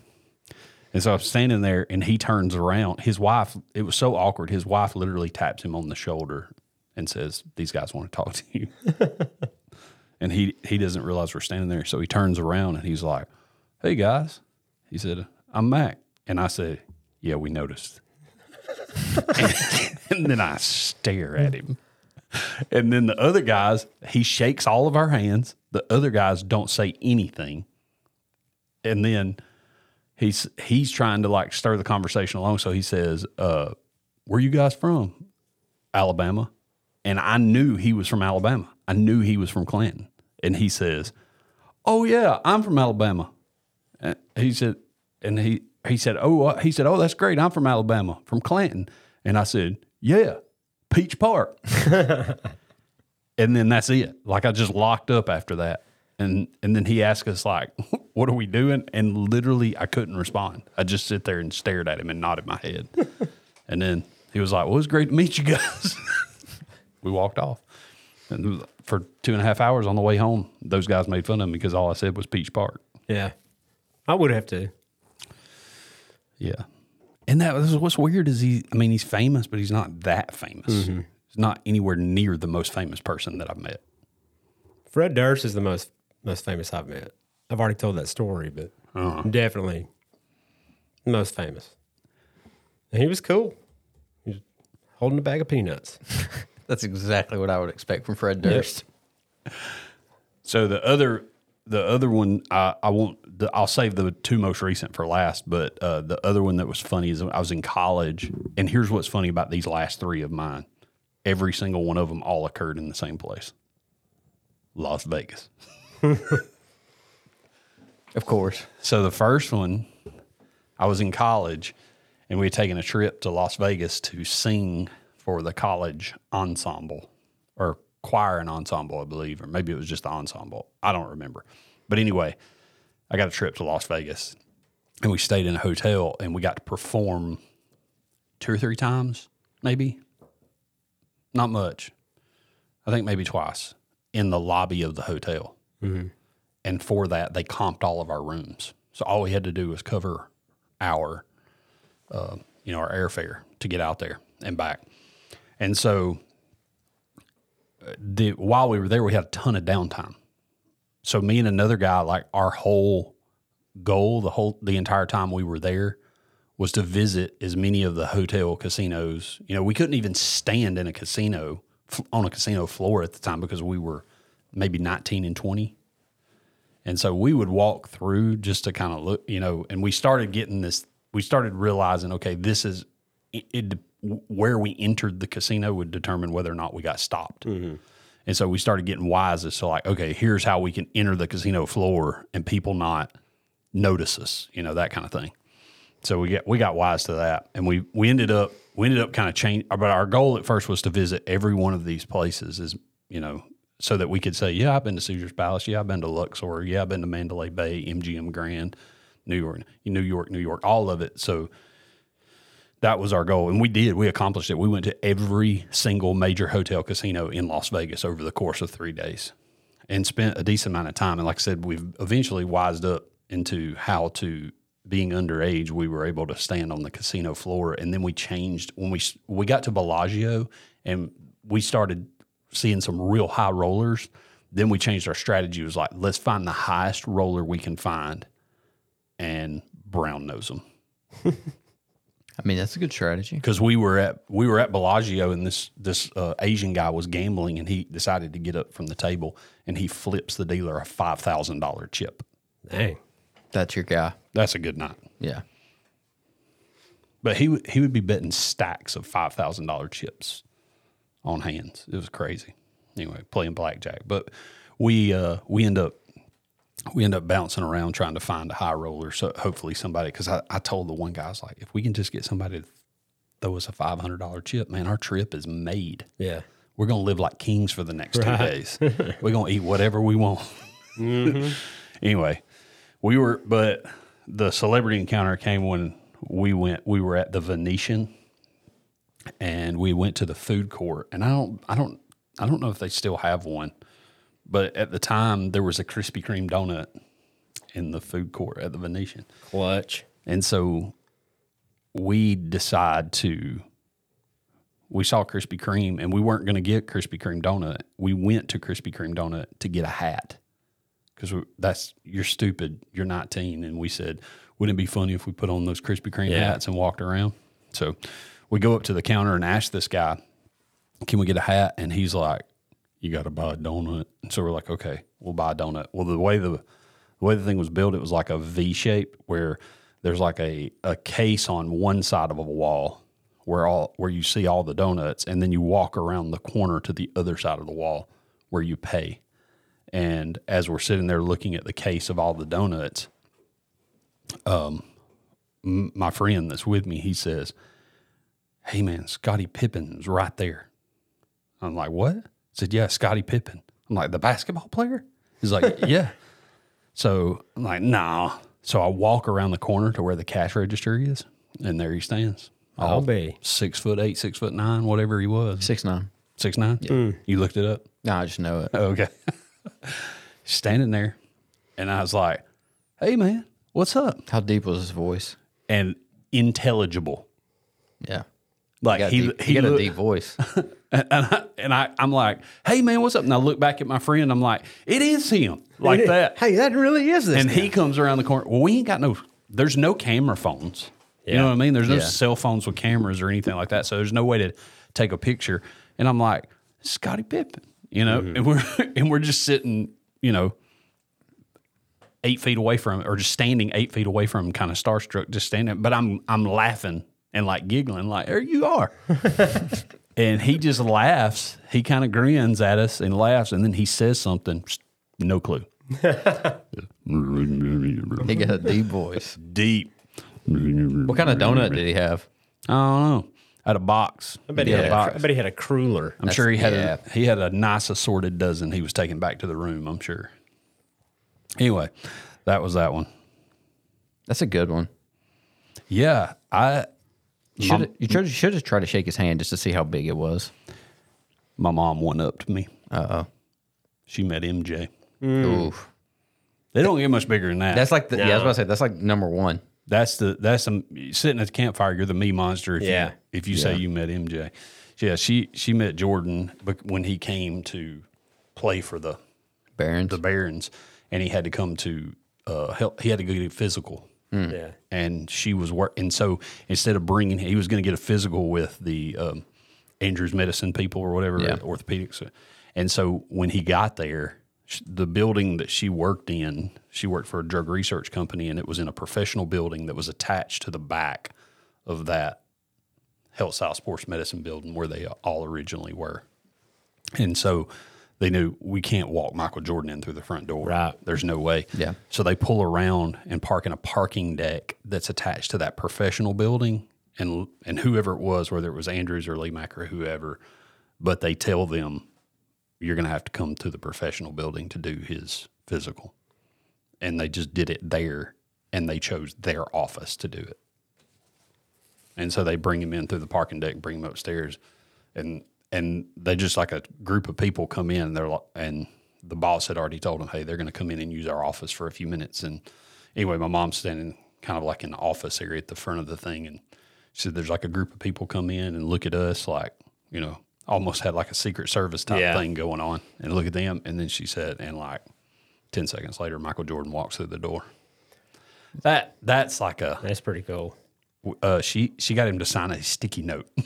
[SPEAKER 1] And so I'm standing there and he turns around. His wife, it was so awkward. His wife literally taps him on the shoulder and says, These guys want to talk to you. [LAUGHS] and he, he doesn't realize we're standing there. So he turns around and he's like, Hey guys. He said, I'm Mac. And I said, Yeah, we noticed. [LAUGHS] and, then I stare at him. And then the other guys, he shakes all of our hands. The other guys don't say anything. And then he's he's trying to like stir the conversation along. So he says, uh, "Where you guys from? Alabama." And I knew he was from Alabama. I knew he was from Clinton. And he says, "Oh yeah, I'm from Alabama." And he said, and he he said, "Oh," uh," he said, "Oh, that's great. I'm from Alabama, from Clinton." And I said, "Yeah, Peach Park." and then that's it. Like I just locked up after that. And and then he asked us like, [LAUGHS] "What are we doing?" And literally, I couldn't respond. I just sit there and stared at him and nodded my head. and then he was like, "Well, it's great to meet you guys." [LAUGHS] we walked off. And for two and a half hours on the way home, those guys made fun of me because all I said was Peach Park.
[SPEAKER 2] Yeah. I would have to.
[SPEAKER 1] Yeah. And that was what's weird is he, I mean, he's famous, but he's not that famous. He's not anywhere near the most famous person that I've met.
[SPEAKER 2] Fred Durst is the most most famous I've met. I've already told that story, but
[SPEAKER 3] Uh-huh.
[SPEAKER 2] definitely the most famous. And he was cool. He was holding a bag of
[SPEAKER 3] [LAUGHS]
[SPEAKER 2] peanuts.
[SPEAKER 3] That's exactly what I would expect from Fred Durst.
[SPEAKER 1] So the other the other one I, I won't the, I'll save the two most recent for last, but uh, the other one that was funny is I was in college, and here's what's funny about these last three of mine. Every single one of them all occurred in the same place, Las Vegas.
[SPEAKER 3] Of course.
[SPEAKER 1] So the first one, I was in college, and we had taken a trip to Las Vegas to sing for the college ensemble or choir and ensemble, I believe, or maybe it was just the ensemble. I don't remember. But anyway, I got a trip to Las Vegas, and we stayed in a hotel, and we got to perform two or three times. maybe. Not much. I think maybe twice in the lobby of the hotel. And for that, they comped all of our rooms. So all we had to do was cover our, uh, you know, our airfare to get out there and back. And so uh, the while we were there, we had a ton of downtime. So me and another guy, like our whole goal, the whole the entire time we were there, was to visit as many of the hotel casinos. You know, we couldn't even stand in a casino f- on a casino floor at the time because we were maybe nineteen and twenty. And so we would walk through just to kind of look, you know, and we started getting this, we started realizing, okay, this is it, it, where we entered the casino would determine whether or not we got stopped. And so we started getting wise as to like, okay, here's how we can enter the casino floor and people not notice us, you know, that kind of thing. So we got we got wise to that, and we we ended up we ended up kind of change. But our goal at first was to visit every one of these places, is you know, so that we could say, yeah, I've been to Caesar's Palace, yeah, I've been to Luxor, yeah, I've been to Mandalay Bay, MGM Grand, New York, New York, New York, all of it. So that was our goal, and we did. We accomplished it. We went to every single major hotel casino in Las Vegas over the course of three days, and spent a decent amount of time. And like I said, we've eventually wised up into how to being underage. We were able to stand on the casino floor, and then we changed when we s- we got to Bellagio, and we started seeing some real high rollers. Then we changed our strategy. It was like let's find the highest roller we can find, and brown nose them
[SPEAKER 3] I mean, that's a good strategy.
[SPEAKER 1] because we were at we were at Bellagio and this this uh, Asian guy was gambling and he decided to get up from the table and he flips the dealer a five thousand dollar chip.
[SPEAKER 2] Dang.
[SPEAKER 3] That's your guy.
[SPEAKER 1] That's a good night.
[SPEAKER 3] Yeah.
[SPEAKER 1] But he would- he would be betting stacks of five thousand dollar chips on hands. It was crazy. Anyway, playing blackjack, but we uh, we end up we end up bouncing around trying to find a high roller. So hopefully somebody, because I, I told the one guy I was like, if we can just get somebody to throw us a five hundred dollar chip, man, our trip is made.
[SPEAKER 2] Yeah.
[SPEAKER 1] we're gonna live like kings for the next two days. we're gonna eat whatever we want. [LAUGHS] anyway, we were, but the celebrity encounter came when we went. We were at the Venetian, and we went to the food court. And I don't, I don't, I don't know if they still have one, but at the time there was a Krispy Kreme donut in the food court at the Venetian.
[SPEAKER 2] Clutch.
[SPEAKER 1] And so we decide to we saw Krispy Kreme and we weren't going to get Krispy Kreme donut. We went to Krispy Kreme donut to get a hat because that's you're stupid. You're 19, and we said, wouldn't it be funny if we put on those Krispy Kreme
[SPEAKER 2] Yeah.
[SPEAKER 1] hats and walked around? So we go up to the counter and ask this guy, "Can we get a hat?" And he's like, "You got to buy a donut." And so we're like, "Okay, we'll buy a donut." Well, the way the the way the thing was built, it was like a V shape where there's like a, a case on one side of a wall where all where you see all the donuts, and then you walk around the corner to the other side of the wall where you pay. And as we're sitting there looking at the case of all the donuts, um, m- my friend that's with me, he says, Hey man, Scottie Pippen's right there. I'm like, What? He said, Yeah, Scottie Pippen. I'm like, The basketball player? He's like,
[SPEAKER 3] [LAUGHS]
[SPEAKER 1] Yeah. So I'm like, Nah. So I walk around the corner to where the cash register is, and there he stands.
[SPEAKER 2] I'll be.
[SPEAKER 1] Six foot eight, six foot nine, whatever he was.
[SPEAKER 3] Six Mm. nine.
[SPEAKER 1] Six nine? You looked it up?
[SPEAKER 3] No, I just know it.
[SPEAKER 1] Okay. [LAUGHS] Standing there. And I was like, hey, man, what's up?
[SPEAKER 3] How deep was his voice?
[SPEAKER 1] And intelligible.
[SPEAKER 3] Yeah.
[SPEAKER 1] Like
[SPEAKER 3] Got
[SPEAKER 1] he,
[SPEAKER 3] deep-
[SPEAKER 1] he,
[SPEAKER 3] got a
[SPEAKER 1] looked-
[SPEAKER 3] deep voice.
[SPEAKER 1] and, I, and I, I'm like, hey, man, what's up? And I look back at my friend. I'm like, it is him. Like
[SPEAKER 3] [LAUGHS]
[SPEAKER 1] that.
[SPEAKER 2] Hey, that really is this.
[SPEAKER 1] And he comes around the corner. Well, we ain't got no, there's no camera phones. You
[SPEAKER 2] Yeah.
[SPEAKER 1] know what I mean? There's no
[SPEAKER 3] Yeah.
[SPEAKER 1] cell phones with cameras or anything like that. So there's no way to take a picture. And I'm like, Scotty Pippen, you know,
[SPEAKER 2] Mm-hmm.
[SPEAKER 1] and we're, [LAUGHS] and we're just sitting, you know, eight feet away from or just standing eight feet away from him, kind of starstruck, just standing. But I'm, I'm laughing and like giggling, like, there you are. and he just laughs. He kind of grins at us and laughs. And then he says something, no clue.
[SPEAKER 3] [LAUGHS] he got a deep voice.
[SPEAKER 1] Deep.
[SPEAKER 3] What kind of donut did he have?
[SPEAKER 1] I don't know. At a box.
[SPEAKER 2] I bet he,
[SPEAKER 1] Yeah,
[SPEAKER 2] had a,
[SPEAKER 1] box.
[SPEAKER 2] cr- I bet he had a crueler.
[SPEAKER 1] I'm sure he had
[SPEAKER 3] yeah.
[SPEAKER 1] a, he had a nice assorted dozen he was taking back to the room. I'm sure. Anyway, that was that one.
[SPEAKER 3] That's a good one.
[SPEAKER 1] Yeah, I
[SPEAKER 3] Should
[SPEAKER 2] Um,
[SPEAKER 3] you should should have tried to shake his hand just to see how big it was.
[SPEAKER 1] My mom went up to me. Uh oh. She met MJ.
[SPEAKER 2] Hmm.
[SPEAKER 3] Oof.
[SPEAKER 1] They don't get much bigger than that.
[SPEAKER 3] That's like the, yeah. I was
[SPEAKER 2] No.
[SPEAKER 3] about to say that's like number one.
[SPEAKER 1] That's the that's some sitting at the campfire. You're the me monster. If
[SPEAKER 2] Yeah.
[SPEAKER 1] You, if you say you met MJ, yeah, she she met Jordan bec- when he came to play for the
[SPEAKER 3] Barons.
[SPEAKER 1] the Barons, and he had to come to uh help. He had to go get a physical,
[SPEAKER 2] Yeah.
[SPEAKER 1] and she was work. And so instead of bringing, he was going to get a physical with the um, Andrews Medicine people or whatever
[SPEAKER 3] Yeah.
[SPEAKER 1] orthopedics. And so when he got there, sh- the building that she worked in, she worked for a drug research company, and it was in a professional building that was attached to the back of that Health South Sports Medicine building where they all originally were. And so they knew we can't walk Michael Jordan in through the front door.
[SPEAKER 2] Right.
[SPEAKER 1] There's no way.
[SPEAKER 3] Yeah.
[SPEAKER 1] So they pull around and park in a parking deck that's attached to that professional building. And, and whoever it was, whether it was Andrews or Lee Mack or whoever, but they tell them, you're going to have to come to the professional building to do his physical. And they just did it there and they chose their office to do it. And so they bring him in through the parking deck, bring him upstairs, and and they just like a group of people come in. And they're like, and the boss had already told them, hey, they're going to come in and use our office for a few minutes. And anyway, my mom's standing kind of like in the office area at the front of the thing, and she said, there's like a group of people come in and look at us like you know almost had like a secret service type
[SPEAKER 2] Yeah.
[SPEAKER 1] thing going on, and look at them. And then she said, and like ten seconds later, Michael Jordan walks through the door. That that's like a
[SPEAKER 2] That's pretty cool.
[SPEAKER 1] uh, she she got him to sign a sticky note. [LAUGHS]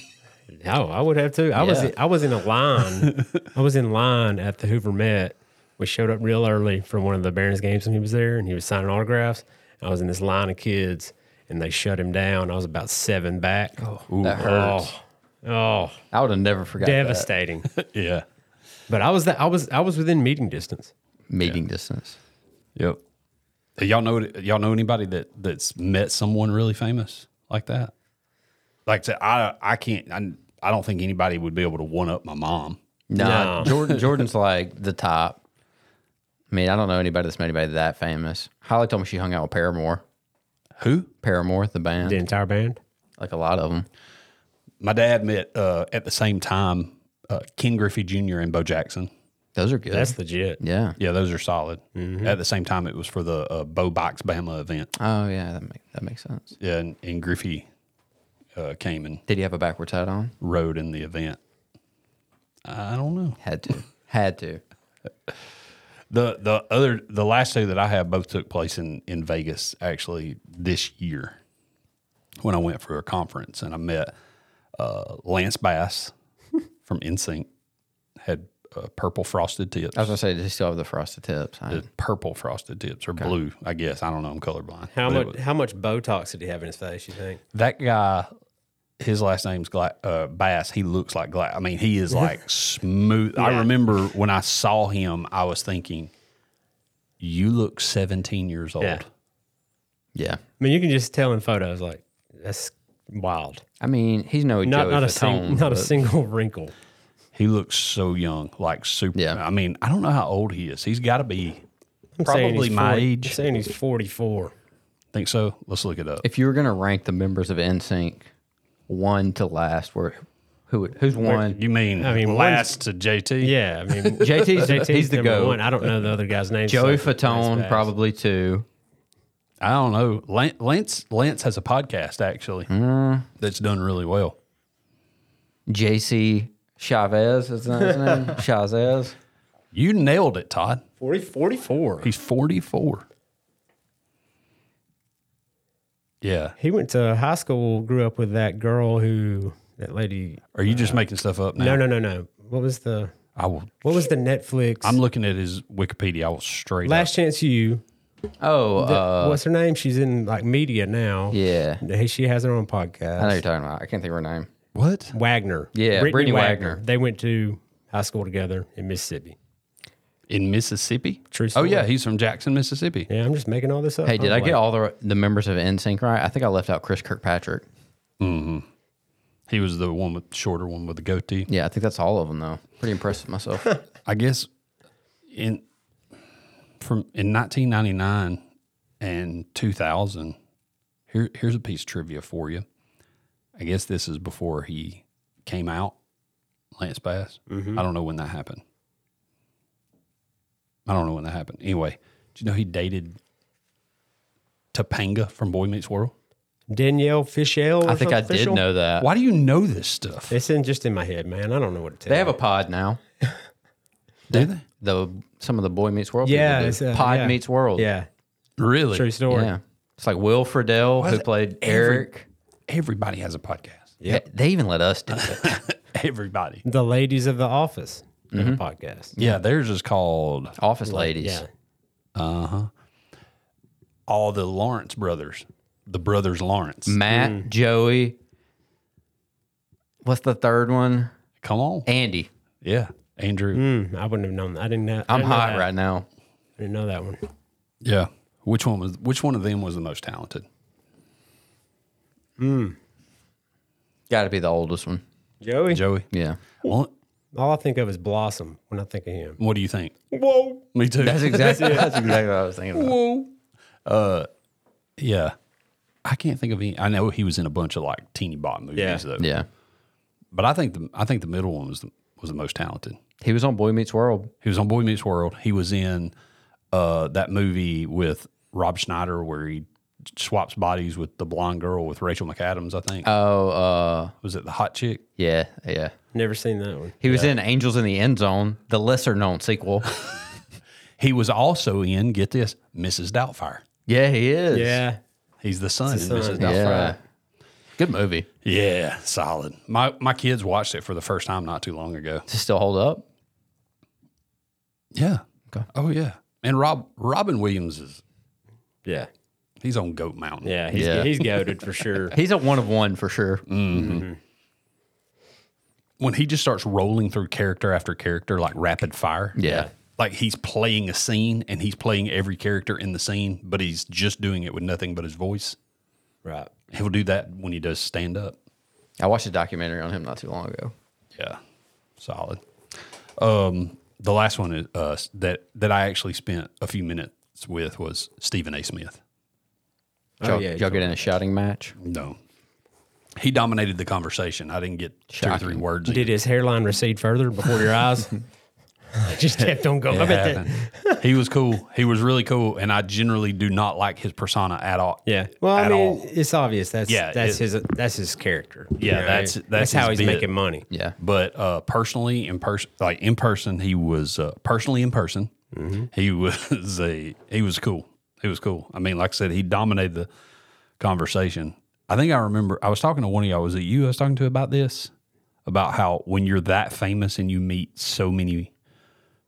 [SPEAKER 2] No, I would have too. I was
[SPEAKER 3] Yeah.
[SPEAKER 2] I was in a
[SPEAKER 1] [LAUGHS]
[SPEAKER 2] line. I was in line at the Hoover Met. We showed up real early for one of the Barons games when he was there, and he was signing autographs. I was in this line of kids, and they shut him down. I was about seven back. Oh,
[SPEAKER 3] that hurts.
[SPEAKER 2] oh, oh,
[SPEAKER 3] I would have never forgot that.
[SPEAKER 1] [LAUGHS]
[SPEAKER 2] devastating.
[SPEAKER 1] yeah.
[SPEAKER 2] but I was that I was I was within meeting distance.
[SPEAKER 3] Meeting distance.
[SPEAKER 1] Yep. Uh, Y'all know y'all know anybody that that's met someone really famous like that? Like to, I I can't I, I don't think anybody would be able to one up my mom.
[SPEAKER 3] Nah,
[SPEAKER 2] No.
[SPEAKER 3] Jordan Jordan's like the top. I mean, I don't know anybody that's made anybody that famous. Holly told me she hung out with Paramore.
[SPEAKER 1] Who?
[SPEAKER 3] Paramore, the band,
[SPEAKER 2] The entire band.
[SPEAKER 3] like a lot of them.
[SPEAKER 1] My dad met uh, at the same time uh, Ken Griffey Jr. and Bo Jackson.
[SPEAKER 3] Those are good.
[SPEAKER 2] That's legit.
[SPEAKER 3] yeah.
[SPEAKER 1] Yeah, those are solid. At the same time, it was for the uh, Bo Box Bama event.
[SPEAKER 3] Oh yeah, that make, that makes sense.
[SPEAKER 1] Yeah, and, and Griffey uh, came and
[SPEAKER 3] Did he have a backwards hat on?
[SPEAKER 1] rode in the event. I don't know.
[SPEAKER 3] Had to. Had to.
[SPEAKER 1] The the other the last two that I have both took place in in Vegas actually this year when I went for a conference and I met uh, Lance
[SPEAKER 3] [LAUGHS]
[SPEAKER 1] Bass from NSYNC had uh, purple frosted tips.
[SPEAKER 3] I was gonna say, does he still have the frosted tips? I-
[SPEAKER 1] purple frosted tips or blue, I guess. I don't know. I'm colorblind.
[SPEAKER 2] How
[SPEAKER 1] But it
[SPEAKER 2] much how much Botox did he have in his face? You think?
[SPEAKER 1] that guy, his last name's Gla- uh, Bass. He looks like Glass. I mean, he is like smooth. I remember when I saw him, I was thinking, "You look 17 years old."
[SPEAKER 2] Yeah.
[SPEAKER 3] yeah.
[SPEAKER 2] I mean, you can just tell in photos like that's wild.
[SPEAKER 3] I mean, he's no
[SPEAKER 2] Not
[SPEAKER 3] Joey
[SPEAKER 2] not a
[SPEAKER 3] Fatone,
[SPEAKER 2] sing, not a
[SPEAKER 3] but
[SPEAKER 2] single wrinkle.
[SPEAKER 1] He looks so young, like super.
[SPEAKER 3] Yeah.
[SPEAKER 1] I mean, I don't know how old he is. He's got to be
[SPEAKER 2] I'm saying
[SPEAKER 1] probably
[SPEAKER 2] he's
[SPEAKER 1] my
[SPEAKER 2] 40 I'm
[SPEAKER 1] age.
[SPEAKER 2] saying he's 44.
[SPEAKER 1] Think so? Let's look it up.
[SPEAKER 3] If you were gonna rank the members of NSYNC, one to last, where who would- who's
[SPEAKER 2] [LAUGHS]
[SPEAKER 3] one?
[SPEAKER 1] You mean? I
[SPEAKER 2] mean,
[SPEAKER 1] mean,
[SPEAKER 2] one's-
[SPEAKER 1] last to JT.
[SPEAKER 2] Yeah, I
[SPEAKER 3] [LAUGHS]
[SPEAKER 2] mean,
[SPEAKER 3] JT's the- he's the
[SPEAKER 2] number
[SPEAKER 3] goat.
[SPEAKER 2] I don't know the other guy's name.
[SPEAKER 3] Joey
[SPEAKER 2] so it's
[SPEAKER 3] Fatone,
[SPEAKER 2] fast.
[SPEAKER 3] probably two.
[SPEAKER 1] I don't know. Lan- Lance Lance has a podcast actually that's done really well.
[SPEAKER 3] JC Chavez is that his
[SPEAKER 2] [LAUGHS]
[SPEAKER 3] name? Chavez.
[SPEAKER 1] You nailed it, Todd.
[SPEAKER 2] 40, 44.
[SPEAKER 1] He's 44. Yeah.
[SPEAKER 2] He went to high school, grew up with that girl who that lady.
[SPEAKER 1] Are you just making stuff up now?
[SPEAKER 2] No, no, no, no. What was the
[SPEAKER 1] I will.
[SPEAKER 2] what was the Netflix?
[SPEAKER 1] I'm looking at his Wikipedia. I will straight
[SPEAKER 2] Last Chance You.
[SPEAKER 3] Oh,
[SPEAKER 2] The-
[SPEAKER 3] uh,
[SPEAKER 2] what's her name? She's in like media now.
[SPEAKER 3] yeah.
[SPEAKER 2] Hey, she has her own
[SPEAKER 3] I know
[SPEAKER 2] podcast.
[SPEAKER 3] you're talking about. I can't think of her name.
[SPEAKER 1] up. What?
[SPEAKER 2] Wagner.
[SPEAKER 3] Yeah,
[SPEAKER 2] Brittany,
[SPEAKER 3] Brittany
[SPEAKER 2] Wagner.
[SPEAKER 3] Wagner.
[SPEAKER 2] They went to high school together in Mississippi.
[SPEAKER 1] In Mississippi?
[SPEAKER 2] True
[SPEAKER 1] Oh,
[SPEAKER 2] story.
[SPEAKER 1] yeah. He's from Jackson, Mississippi.
[SPEAKER 2] Yeah, I'm just making all this up.
[SPEAKER 3] Hey, did
[SPEAKER 2] I'm
[SPEAKER 3] I get
[SPEAKER 2] like,
[SPEAKER 3] all the the members of NSYNC right? I think I left out Chris Kirkpatrick.
[SPEAKER 1] He was the one with shorter one with the goatee.
[SPEAKER 3] Yeah, I think that's all of them though. Pretty impressed
[SPEAKER 2] [LAUGHS]
[SPEAKER 3] with myself.
[SPEAKER 1] I guess in from in 1999 and 2000. Here, here's a piece of trivia for you. I guess this is before he came out, Lance Bass.
[SPEAKER 2] Mm-hmm.
[SPEAKER 1] I don't know when that happened. I don't know when that happened. Anyway, do you know he dated Topanga from Boy Meets World?
[SPEAKER 2] Danielle Fishel.
[SPEAKER 3] I think I did know that.
[SPEAKER 1] Why do you know this stuff?
[SPEAKER 2] It's in just in my head, man. I don't know what it is.
[SPEAKER 3] They have a pod now.
[SPEAKER 1] Do they?
[SPEAKER 3] The some of the Boy Meets World.
[SPEAKER 2] Yeah,
[SPEAKER 3] people do.
[SPEAKER 2] it's, uh,
[SPEAKER 3] pod
[SPEAKER 2] yeah.
[SPEAKER 3] meets World.
[SPEAKER 2] yeah,
[SPEAKER 1] Really?
[SPEAKER 2] true story.
[SPEAKER 3] yeah. It's like Will Friedle
[SPEAKER 1] is
[SPEAKER 3] who
[SPEAKER 1] it
[SPEAKER 3] played
[SPEAKER 1] every-
[SPEAKER 3] Eric.
[SPEAKER 1] Everybody has a podcast.
[SPEAKER 2] Yep.
[SPEAKER 3] They, they even let us do [LAUGHS] it.
[SPEAKER 1] [LAUGHS] Everybody.
[SPEAKER 2] The ladies of the office in a podcast.
[SPEAKER 1] Yeah, theirs is called
[SPEAKER 3] Office Mm-hmm. ladies.
[SPEAKER 2] Yeah,
[SPEAKER 1] All the Lawrence Brothers. The Brothers Lawrence.
[SPEAKER 3] Matt, Joey. What's the third one?
[SPEAKER 1] Come on.
[SPEAKER 3] Andy.
[SPEAKER 1] Yeah. Andrew.
[SPEAKER 3] Mm.
[SPEAKER 2] Hmm, I wouldn't have known. That. I didn't know. I
[SPEAKER 3] I'm
[SPEAKER 2] didn't know
[SPEAKER 3] hot
[SPEAKER 2] that.
[SPEAKER 3] right now.
[SPEAKER 2] I didn't know that one.
[SPEAKER 1] Yeah. Which one was which one of them was the most talented?
[SPEAKER 3] Got to be the oldest one.
[SPEAKER 2] Joey.
[SPEAKER 1] Joey.
[SPEAKER 3] Yeah.
[SPEAKER 1] Well,
[SPEAKER 2] All I think of is Blossom when I think of him.
[SPEAKER 1] what do you think?
[SPEAKER 2] Whoa.
[SPEAKER 1] Me too.
[SPEAKER 3] [LAUGHS] That's [LAUGHS] exactly, that's exactly what I was thinking about.
[SPEAKER 1] Whoa. Uh, yeah. I can't think of any. I know he was in a bunch of like teeny bot movies
[SPEAKER 2] Yeah.
[SPEAKER 1] though.
[SPEAKER 3] Yeah.
[SPEAKER 1] But I think the I think the middle one was the, was the most talented.
[SPEAKER 3] He was on Boy Meets World.
[SPEAKER 1] He was on Boy Meets World. He was in uh, that movie with Rob Schneider where he swaps bodies with the blonde girl with Rachel McAdams. I think
[SPEAKER 3] Oh, uh,
[SPEAKER 1] was it the hot chick?
[SPEAKER 3] yeah. Yeah.
[SPEAKER 2] Never seen that one.
[SPEAKER 3] He was in Angels in the End Zone, the lesser known [LAUGHS] sequel.
[SPEAKER 1] He was also in get this Mrs. Doubtfire.
[SPEAKER 3] yeah, he is.
[SPEAKER 2] Yeah.
[SPEAKER 1] He's the son
[SPEAKER 2] It's a
[SPEAKER 1] in
[SPEAKER 2] son.
[SPEAKER 1] Mrs.
[SPEAKER 3] Yeah.
[SPEAKER 1] Doubtfire.
[SPEAKER 3] Good movie.
[SPEAKER 1] Yeah, solid. My my kids watched it for the first time not too long ago.
[SPEAKER 3] Does it still hold up?
[SPEAKER 1] Yeah.
[SPEAKER 3] Okay.
[SPEAKER 1] Oh yeah. And Rob Robin Williams is
[SPEAKER 2] Yeah.
[SPEAKER 1] he's on Goat Mountain.
[SPEAKER 2] Yeah. He's,
[SPEAKER 3] Yeah. [LAUGHS]
[SPEAKER 2] he's goaded for sure.
[SPEAKER 3] He's a one of one for sure.
[SPEAKER 1] When he just starts rolling through character after character like rapid fire.
[SPEAKER 3] Yeah.
[SPEAKER 1] Like he's playing a scene and he's playing every character in the scene, but he's just doing it with nothing but his voice.
[SPEAKER 2] right.
[SPEAKER 1] He'll do that when he does stand up.
[SPEAKER 3] I watched a documentary on him not too long ago.
[SPEAKER 1] Yeah, solid. Um, the last one is, uh, that that I actually spent a few minutes with was Stephen A. Smith.
[SPEAKER 2] Oh,
[SPEAKER 3] Y'all,
[SPEAKER 2] yeah,
[SPEAKER 3] y'all get in a shouting match?
[SPEAKER 1] No, he dominated the conversation. I didn't get two
[SPEAKER 3] Shocking.
[SPEAKER 1] or three words. in.
[SPEAKER 2] Did his hairline recede further before your eyes? [LAUGHS] I just kept on going. I
[SPEAKER 1] It
[SPEAKER 2] bet that-
[SPEAKER 1] happened. he was cool. He was really cool, and I generally do not like his persona at all.
[SPEAKER 2] Yeah. Well, I
[SPEAKER 1] At
[SPEAKER 2] mean,
[SPEAKER 1] all.
[SPEAKER 2] it's obvious. That's
[SPEAKER 1] Yeah,
[SPEAKER 2] that's
[SPEAKER 1] it-
[SPEAKER 2] his that's his character.
[SPEAKER 1] Yeah, that's- that's
[SPEAKER 2] how
[SPEAKER 1] his
[SPEAKER 2] he's
[SPEAKER 1] bit.
[SPEAKER 2] making money.
[SPEAKER 3] Yeah.
[SPEAKER 1] But uh, personally, in person, like in person, he was uh, personally in person.
[SPEAKER 3] Mm-hmm.
[SPEAKER 1] He was a he was cool. He was cool. I mean, like I said, he dominated the conversation. I think I remember I was talking to one of y'all. Was it you I was talking to about this? About how when you're that famous and you meet so many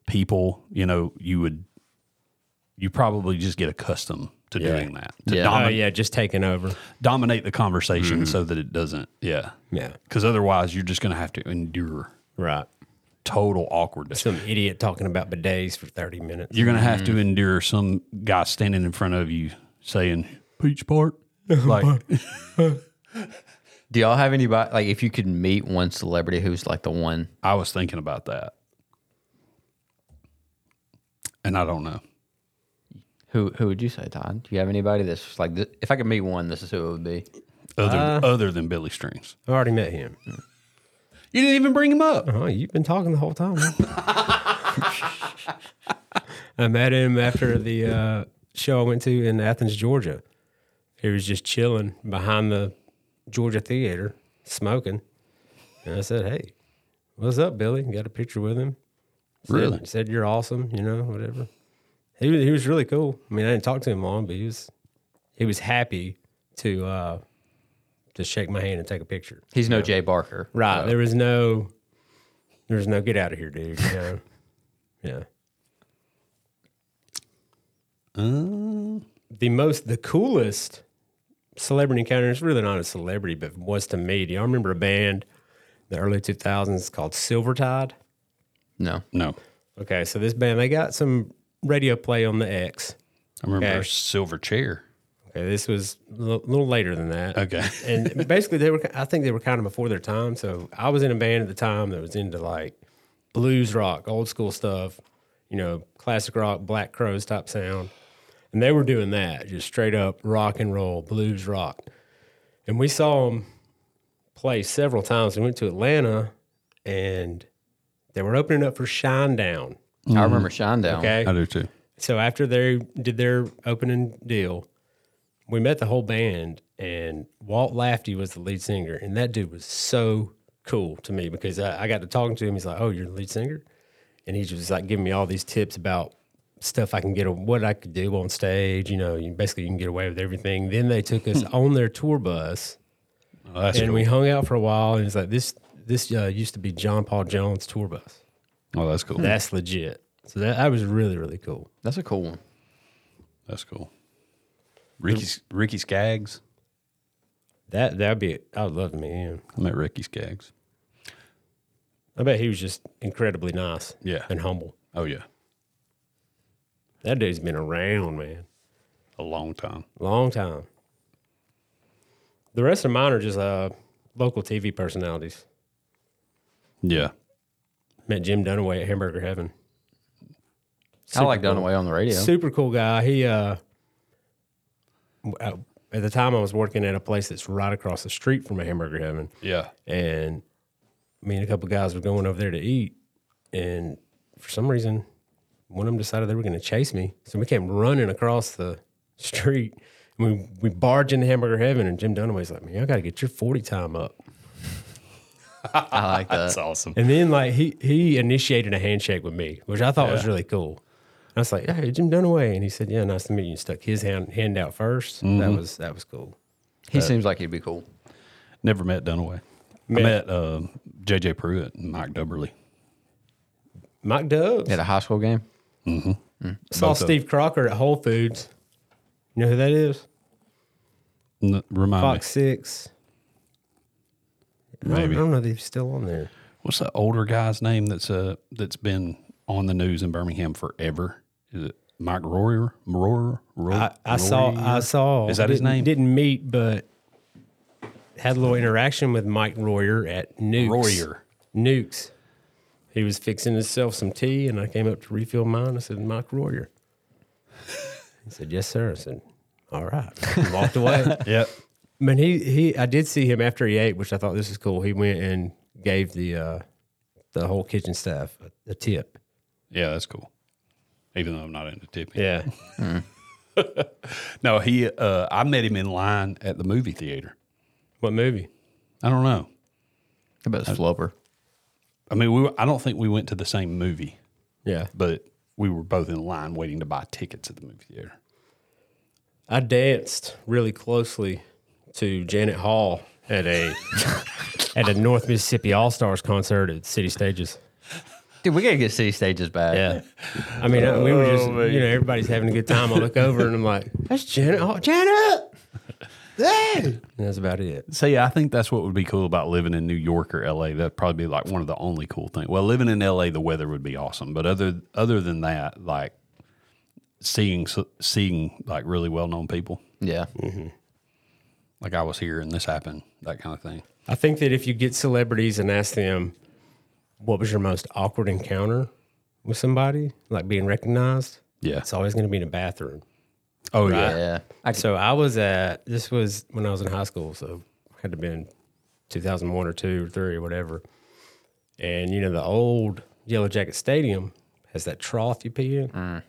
[SPEAKER 1] people, you know, you would you probably just get accustomed to doing that to
[SPEAKER 3] Yeah. Mm-hmm.
[SPEAKER 1] domi-
[SPEAKER 2] Oh yeah, just taking over.
[SPEAKER 1] dominate the conversation so that it doesn't. Yeah,
[SPEAKER 2] Yeah.
[SPEAKER 1] because otherwise you're just going to have to endure
[SPEAKER 2] Right.
[SPEAKER 1] total awkwardness.
[SPEAKER 2] Some idiot talking about bidets for thirty minutes.
[SPEAKER 1] You're going to have to endure some guy standing in front of you saying peach [LAUGHS] part. Like,
[SPEAKER 3] Do y'all have anybody like if you could meet one celebrity who's like the one?
[SPEAKER 1] I was thinking about that. And I don't know.
[SPEAKER 3] Who who would you say, Todd? Do you have anybody that's just like th- if I could meet one, this is who it would be?
[SPEAKER 1] Other, other than Billy Strings,
[SPEAKER 2] I already met him.
[SPEAKER 1] you didn't even bring him up.
[SPEAKER 2] Oh, you've been talking the whole time. man. [LAUGHS] I met him after the uh, show I went to in Athens, Georgia. He was just chilling behind the Georgia Theater, smoking. And I said, Hey, what's up, Billy? Got a picture with him. Said,
[SPEAKER 1] Really?
[SPEAKER 2] Said, You're awesome, you know, whatever. He, was- he was really cool. I mean, I didn't talk to him long, but he was he was happy to uh, to shake my hand and take a picture.
[SPEAKER 3] He's no Jay Barker.
[SPEAKER 2] Right. There was no there was no get out of here, dude. You know? [LAUGHS] yeah. the most the coolest celebrity encounter is really not a celebrity, but was to me. Do y'all remember a band in the early two thousands called Silvertide?
[SPEAKER 3] No.
[SPEAKER 1] No,
[SPEAKER 2] Okay, so this band they got some radio play on the X.
[SPEAKER 1] I remember
[SPEAKER 2] Okay.
[SPEAKER 1] a silver chair.
[SPEAKER 2] Okay, this was a little little later than that.
[SPEAKER 1] Okay.
[SPEAKER 2] and basically they were i think they were kind of before their time so i was in a band at the time that was into like blues rock old school stuff you know classic rock black crows type sound and they were doing that just straight up rock and roll blues rock and we saw them place several times. We went to Atlanta and they were opening up for Shinedown.
[SPEAKER 3] I remember Shinedown.
[SPEAKER 2] Okay.
[SPEAKER 1] I do too.
[SPEAKER 2] So after they did their opening deal, we met the whole band, and Walt Lafty was the lead singer, and that dude was so cool to me because I, I got to talking to him. He's like, "Oh, you're the lead singer," and he was like giving me all these tips about stuff I can get, what I could do on stage. You know, you, basically you can get away with everything. Then they took us on their tour bus, and we hung out for a while. And he's like, "This this uh, used to be John Paul Jones' tour bus.
[SPEAKER 1] Oh, that's cool.
[SPEAKER 2] That's legit." So that, that was really really cool.
[SPEAKER 3] That's a cool one.
[SPEAKER 1] That's cool. Ricky Ricky Skaggs.
[SPEAKER 2] That that'd be. I would love to meet him.
[SPEAKER 1] I met Ricky Skaggs.
[SPEAKER 2] I bet he was just incredibly nice.
[SPEAKER 1] Yeah.
[SPEAKER 2] and humble.
[SPEAKER 1] Oh yeah,
[SPEAKER 2] That dude's been around, man,
[SPEAKER 1] a long time.
[SPEAKER 2] long time. The rest of mine are just uh, local TV personalities.
[SPEAKER 1] Yeah,
[SPEAKER 2] Met Jim Dunaway at Hamburger Heaven.
[SPEAKER 3] I like Dunaway on the radio.
[SPEAKER 2] Super cool guy. He uh, w- uh, at the time I was working at a place that's right across the street from a Hamburger Heaven.
[SPEAKER 1] yeah.
[SPEAKER 2] and me and a couple guys were going over there to eat, and for some reason, one of them decided they were going to chase me, so we came running across the street. And we we barged into Hamburger Heaven, and Jim Dunaway's like, "Man, I got to get your forty time up."
[SPEAKER 3] I like
[SPEAKER 1] [LAUGHS]
[SPEAKER 3] that.
[SPEAKER 1] That's awesome.
[SPEAKER 2] And then like he he initiated a handshake with me, which I thought was really cool. And I was like, "Hey, Jim Dunaway," and he said, "Yeah, nice to meet you." And stuck his hand hand out 1st That was that was cool.
[SPEAKER 3] He seems like he'd be cool.
[SPEAKER 1] Never met Dunaway. I met uh, J.J. Pruitt and Mike Dubberly.
[SPEAKER 2] Mike Dubs.
[SPEAKER 3] At a high school game.
[SPEAKER 2] saw Steve Crocker at Whole Foods. You know who that is?
[SPEAKER 1] N- remind
[SPEAKER 2] Fox Six. I don't-
[SPEAKER 1] Maybe.
[SPEAKER 2] I don't know if he's still on there.
[SPEAKER 1] me, what's that older guy's name that's uh that's been on the news in Birmingham forever? Is it Mike Royer? Royer? Royer?
[SPEAKER 2] I, I saw. I saw.
[SPEAKER 1] Is that his
[SPEAKER 2] didn't-
[SPEAKER 1] name?
[SPEAKER 2] Didn't meet, but had a little interaction with Mike Royer at Nukes.
[SPEAKER 1] Royer.
[SPEAKER 2] Nukes. He was fixing himself some tea, and I came up to refill mine. I said, "Mike Royer." He said, "Yes, sir." I said, "All right." And walked away.
[SPEAKER 1] Yep.
[SPEAKER 2] I mean, he he. I did see him after he ate, which I thought this is cool. He went and gave the uh, the whole kitchen staff a, a tip.
[SPEAKER 1] Yeah, that's cool. Even though I'm not into tipping.
[SPEAKER 2] Yeah,
[SPEAKER 1] No, he. Uh, I met him in line at the movie theater.
[SPEAKER 2] what movie?
[SPEAKER 1] I don't know.
[SPEAKER 3] I bet it's Flubber.
[SPEAKER 1] I mean, we. Were, I don't think we went to the same movie,
[SPEAKER 2] Yeah,
[SPEAKER 1] but we were both in line waiting to buy tickets at the movie theater.
[SPEAKER 2] I danced really closely to Janet Hall at a [LAUGHS] at a North Mississippi All Stars concert at City Stages.
[SPEAKER 3] Dude, we gotta get city stages back.
[SPEAKER 2] Yeah, I mean, I- we were just you know everybody's having a good time. I look over and I'm like, "That's Janet Hall, Janet." Hey! And that's about it.
[SPEAKER 1] See, I think that's what would be cool about living in New York or LA. That'd probably be like one of the only cool things. Well, living in LA, the weather would be awesome, but other other than that, like seeing s- seeing like really well known people,
[SPEAKER 3] Yeah.
[SPEAKER 1] like I was here and this happened, that kind of thing.
[SPEAKER 2] I think that if you get celebrities and ask them what was your most awkward encounter with somebody, like being recognized,
[SPEAKER 1] Yeah.
[SPEAKER 2] it's always going to be in a bathroom.
[SPEAKER 1] Oh
[SPEAKER 3] Yeah.
[SPEAKER 1] yeah,
[SPEAKER 3] I,
[SPEAKER 2] So I was at this was when I was in high school, so had to been 2001 or two or three or whatever. And you know the old Yellow Jacket Stadium has that trough you pee in,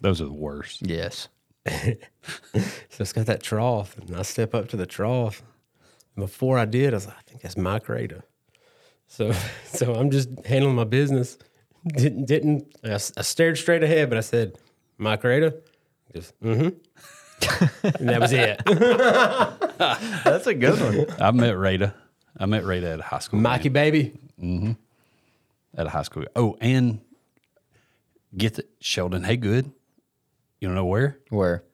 [SPEAKER 1] those are the worst.
[SPEAKER 3] yes.
[SPEAKER 2] so it's got that trough, and I step up to the trough. And before I did, I was like, I think that's my crater. So [LAUGHS] so I'm just handling my business. Didn't didn't I, s- I stared straight ahead, but I said, my crater. Just mm-hmm. [LAUGHS] and that was it. [LAUGHS]
[SPEAKER 3] That's a good one.
[SPEAKER 1] I met Rada. I met Rada at a high school.
[SPEAKER 2] Mikey baby.
[SPEAKER 1] at a high school. Oh, and get the Sheldon Haygood. You don't know where?
[SPEAKER 3] [LAUGHS] Where?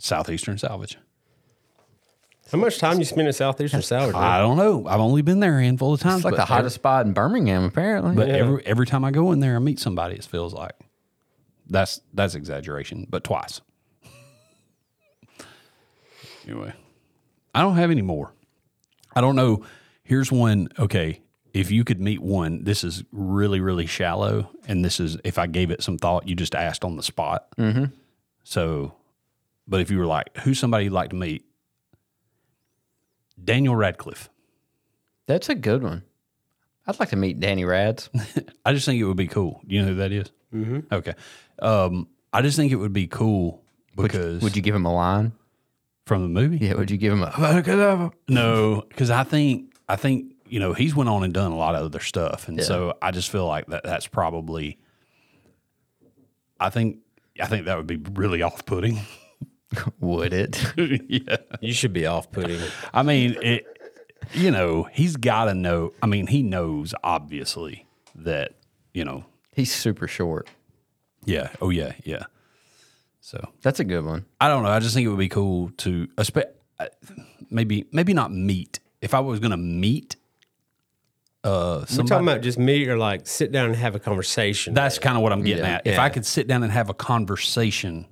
[SPEAKER 1] Southeastern Salvage.
[SPEAKER 2] How much time you spend at Southeastern Salvage? man?
[SPEAKER 1] I don't know. I've only been there a handful of times.
[SPEAKER 3] It's like
[SPEAKER 1] but
[SPEAKER 3] the hottest spot in Birmingham, apparently.
[SPEAKER 1] But every every time I go in there, I meet somebody. It feels like that's that's exaggeration, but twice. [LAUGHS] anyway, I don't have any more. I don't know. Here's one. Okay, if you could meet one, this is really really shallow, and this is if I gave it some thought, you just asked on the spot. Mm-hmm. So, but if you were like, who's somebody you'd like to meet? Daniel Radcliffe.
[SPEAKER 3] That's a good one. I'd like to meet Danny Rads.
[SPEAKER 1] I just think it would be cool. You know who that is? Okay. Um, I just think it would be cool because
[SPEAKER 3] Would you give him a line?
[SPEAKER 1] from the movie.
[SPEAKER 3] Yeah, would you give him a [LAUGHS]
[SPEAKER 1] No, because I think I think you know he's went on and done a lot of other stuff, and so I just feel like that that's probably. I think I think that would be really off putting.
[SPEAKER 3] would it?
[SPEAKER 1] [LAUGHS] yeah,
[SPEAKER 2] You should be off putting.
[SPEAKER 1] I mean it. You know he's got to know. I mean he knows obviously that you know.
[SPEAKER 3] [LAUGHS] He's super short.
[SPEAKER 1] Yeah. Oh yeah. Yeah. So
[SPEAKER 3] That's a good one.
[SPEAKER 1] I don't know. I just think it would be cool to, espe- uh, maybe maybe not meet. If I was going to meet, uh,
[SPEAKER 2] We're
[SPEAKER 1] somebody,
[SPEAKER 2] talking about just meet or like sit down and have a conversation.
[SPEAKER 1] that's kind of what I'm getting
[SPEAKER 3] Yeah,
[SPEAKER 1] at. If I could sit down and have a conversation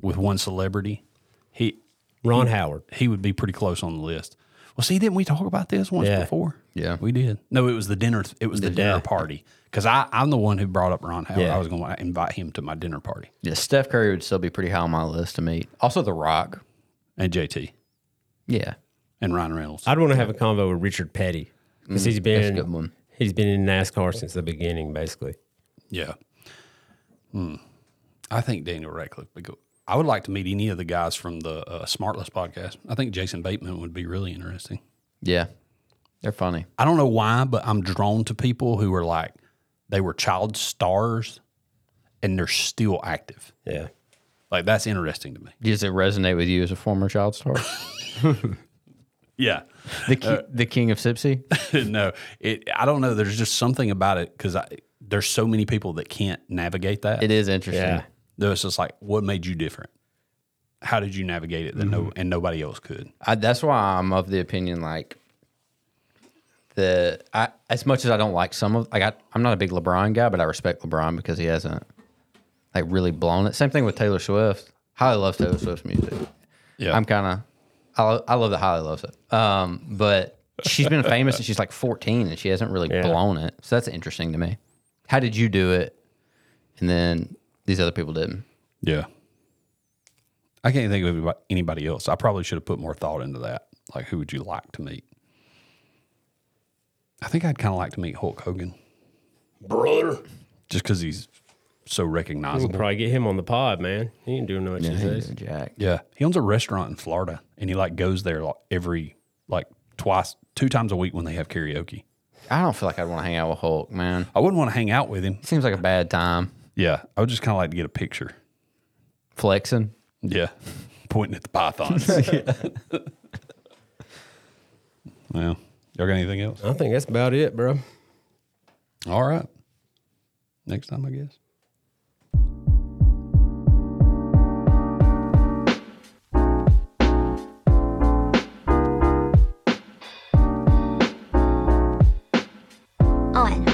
[SPEAKER 1] with one celebrity, he
[SPEAKER 2] Ron Howard.
[SPEAKER 1] he would be pretty close on the list. Well, see, didn't we talk about this once
[SPEAKER 2] Yeah.
[SPEAKER 1] before?
[SPEAKER 3] Yeah.
[SPEAKER 1] we did. No, it was the dinner. It was the, dinner
[SPEAKER 2] yeah.
[SPEAKER 1] party because I I'm the one who brought up Ron Howard.
[SPEAKER 2] Yeah.
[SPEAKER 1] I was going to invite him to my dinner party
[SPEAKER 3] Yeah, Steph Curry would still be pretty high on my list to meet. Also, The Rock.
[SPEAKER 1] and JT
[SPEAKER 3] Yeah,
[SPEAKER 1] and Ryan Reynolds.
[SPEAKER 2] I'd want to have a convo with Richard Petty because he's been
[SPEAKER 3] Mm, that's a good one.
[SPEAKER 2] he's been in NASCAR since the beginning, basically.
[SPEAKER 1] Yeah. Hmm. I think Daniel Radcliffe. would be good. I would like to meet any of the guys from the uh, Smartless podcast. I think Jason Bateman would be really interesting.
[SPEAKER 3] Yeah, they're funny.
[SPEAKER 1] I don't know why, but I'm drawn to people who are like they were child stars and they're still active.
[SPEAKER 2] Yeah.
[SPEAKER 1] Like that's interesting to me.
[SPEAKER 3] Does it resonate with you as a former child [LAUGHS] star?
[SPEAKER 1] Yeah.
[SPEAKER 3] the ki- the King of Sipsy.
[SPEAKER 1] [LAUGHS] no, it. I don't know. There's just something about it because there's so many people that can't navigate that.
[SPEAKER 3] It is interesting.
[SPEAKER 2] Yeah.
[SPEAKER 1] Though it's just like, what made you different? How did you navigate it that no and nobody else could?
[SPEAKER 3] I, that's why I'm of the opinion like the I as much as I don't like some of like I I'm not a big LeBron guy, but I respect LeBron because he hasn't like really blown it. Same thing with Taylor Swift. Highly love Taylor Swift's music.
[SPEAKER 1] Yeah.
[SPEAKER 3] I'm kind of I, lo- I love that Holly loves it. Um, but she's been famous and she's like 14 and she hasn't really blown it. So that's interesting to me. How did you do it? And then these other people didn't.
[SPEAKER 1] Yeah. I can't think of anybody- anybody else. I probably should have put more thought into that. Like, who would you like to meet? I think I'd kind of like to meet Hulk Hogan
[SPEAKER 2] Brother.
[SPEAKER 1] just because he's so
[SPEAKER 2] We'll
[SPEAKER 1] recognizable.
[SPEAKER 2] probably get him on the pod, man. He ain't doing much these days.
[SPEAKER 3] Jack.
[SPEAKER 1] Mm-hmm. Yeah. He owns a restaurant in Florida and he like goes there like every, like twice, two times a week when they have karaoke.
[SPEAKER 3] I don't feel like I'd want to hang out with Hulk, man.
[SPEAKER 1] I wouldn't want to hang out with him.
[SPEAKER 3] Seems like a bad time.
[SPEAKER 1] Yeah. I would just kind of like to get a picture.
[SPEAKER 3] Flexing.
[SPEAKER 1] Yeah. [LAUGHS] Pointing at the [LAUGHS] pythons. Well, y'all got anything else?
[SPEAKER 2] I think that's about it, bro.
[SPEAKER 1] All right. Next time, I guess.
[SPEAKER 4] on.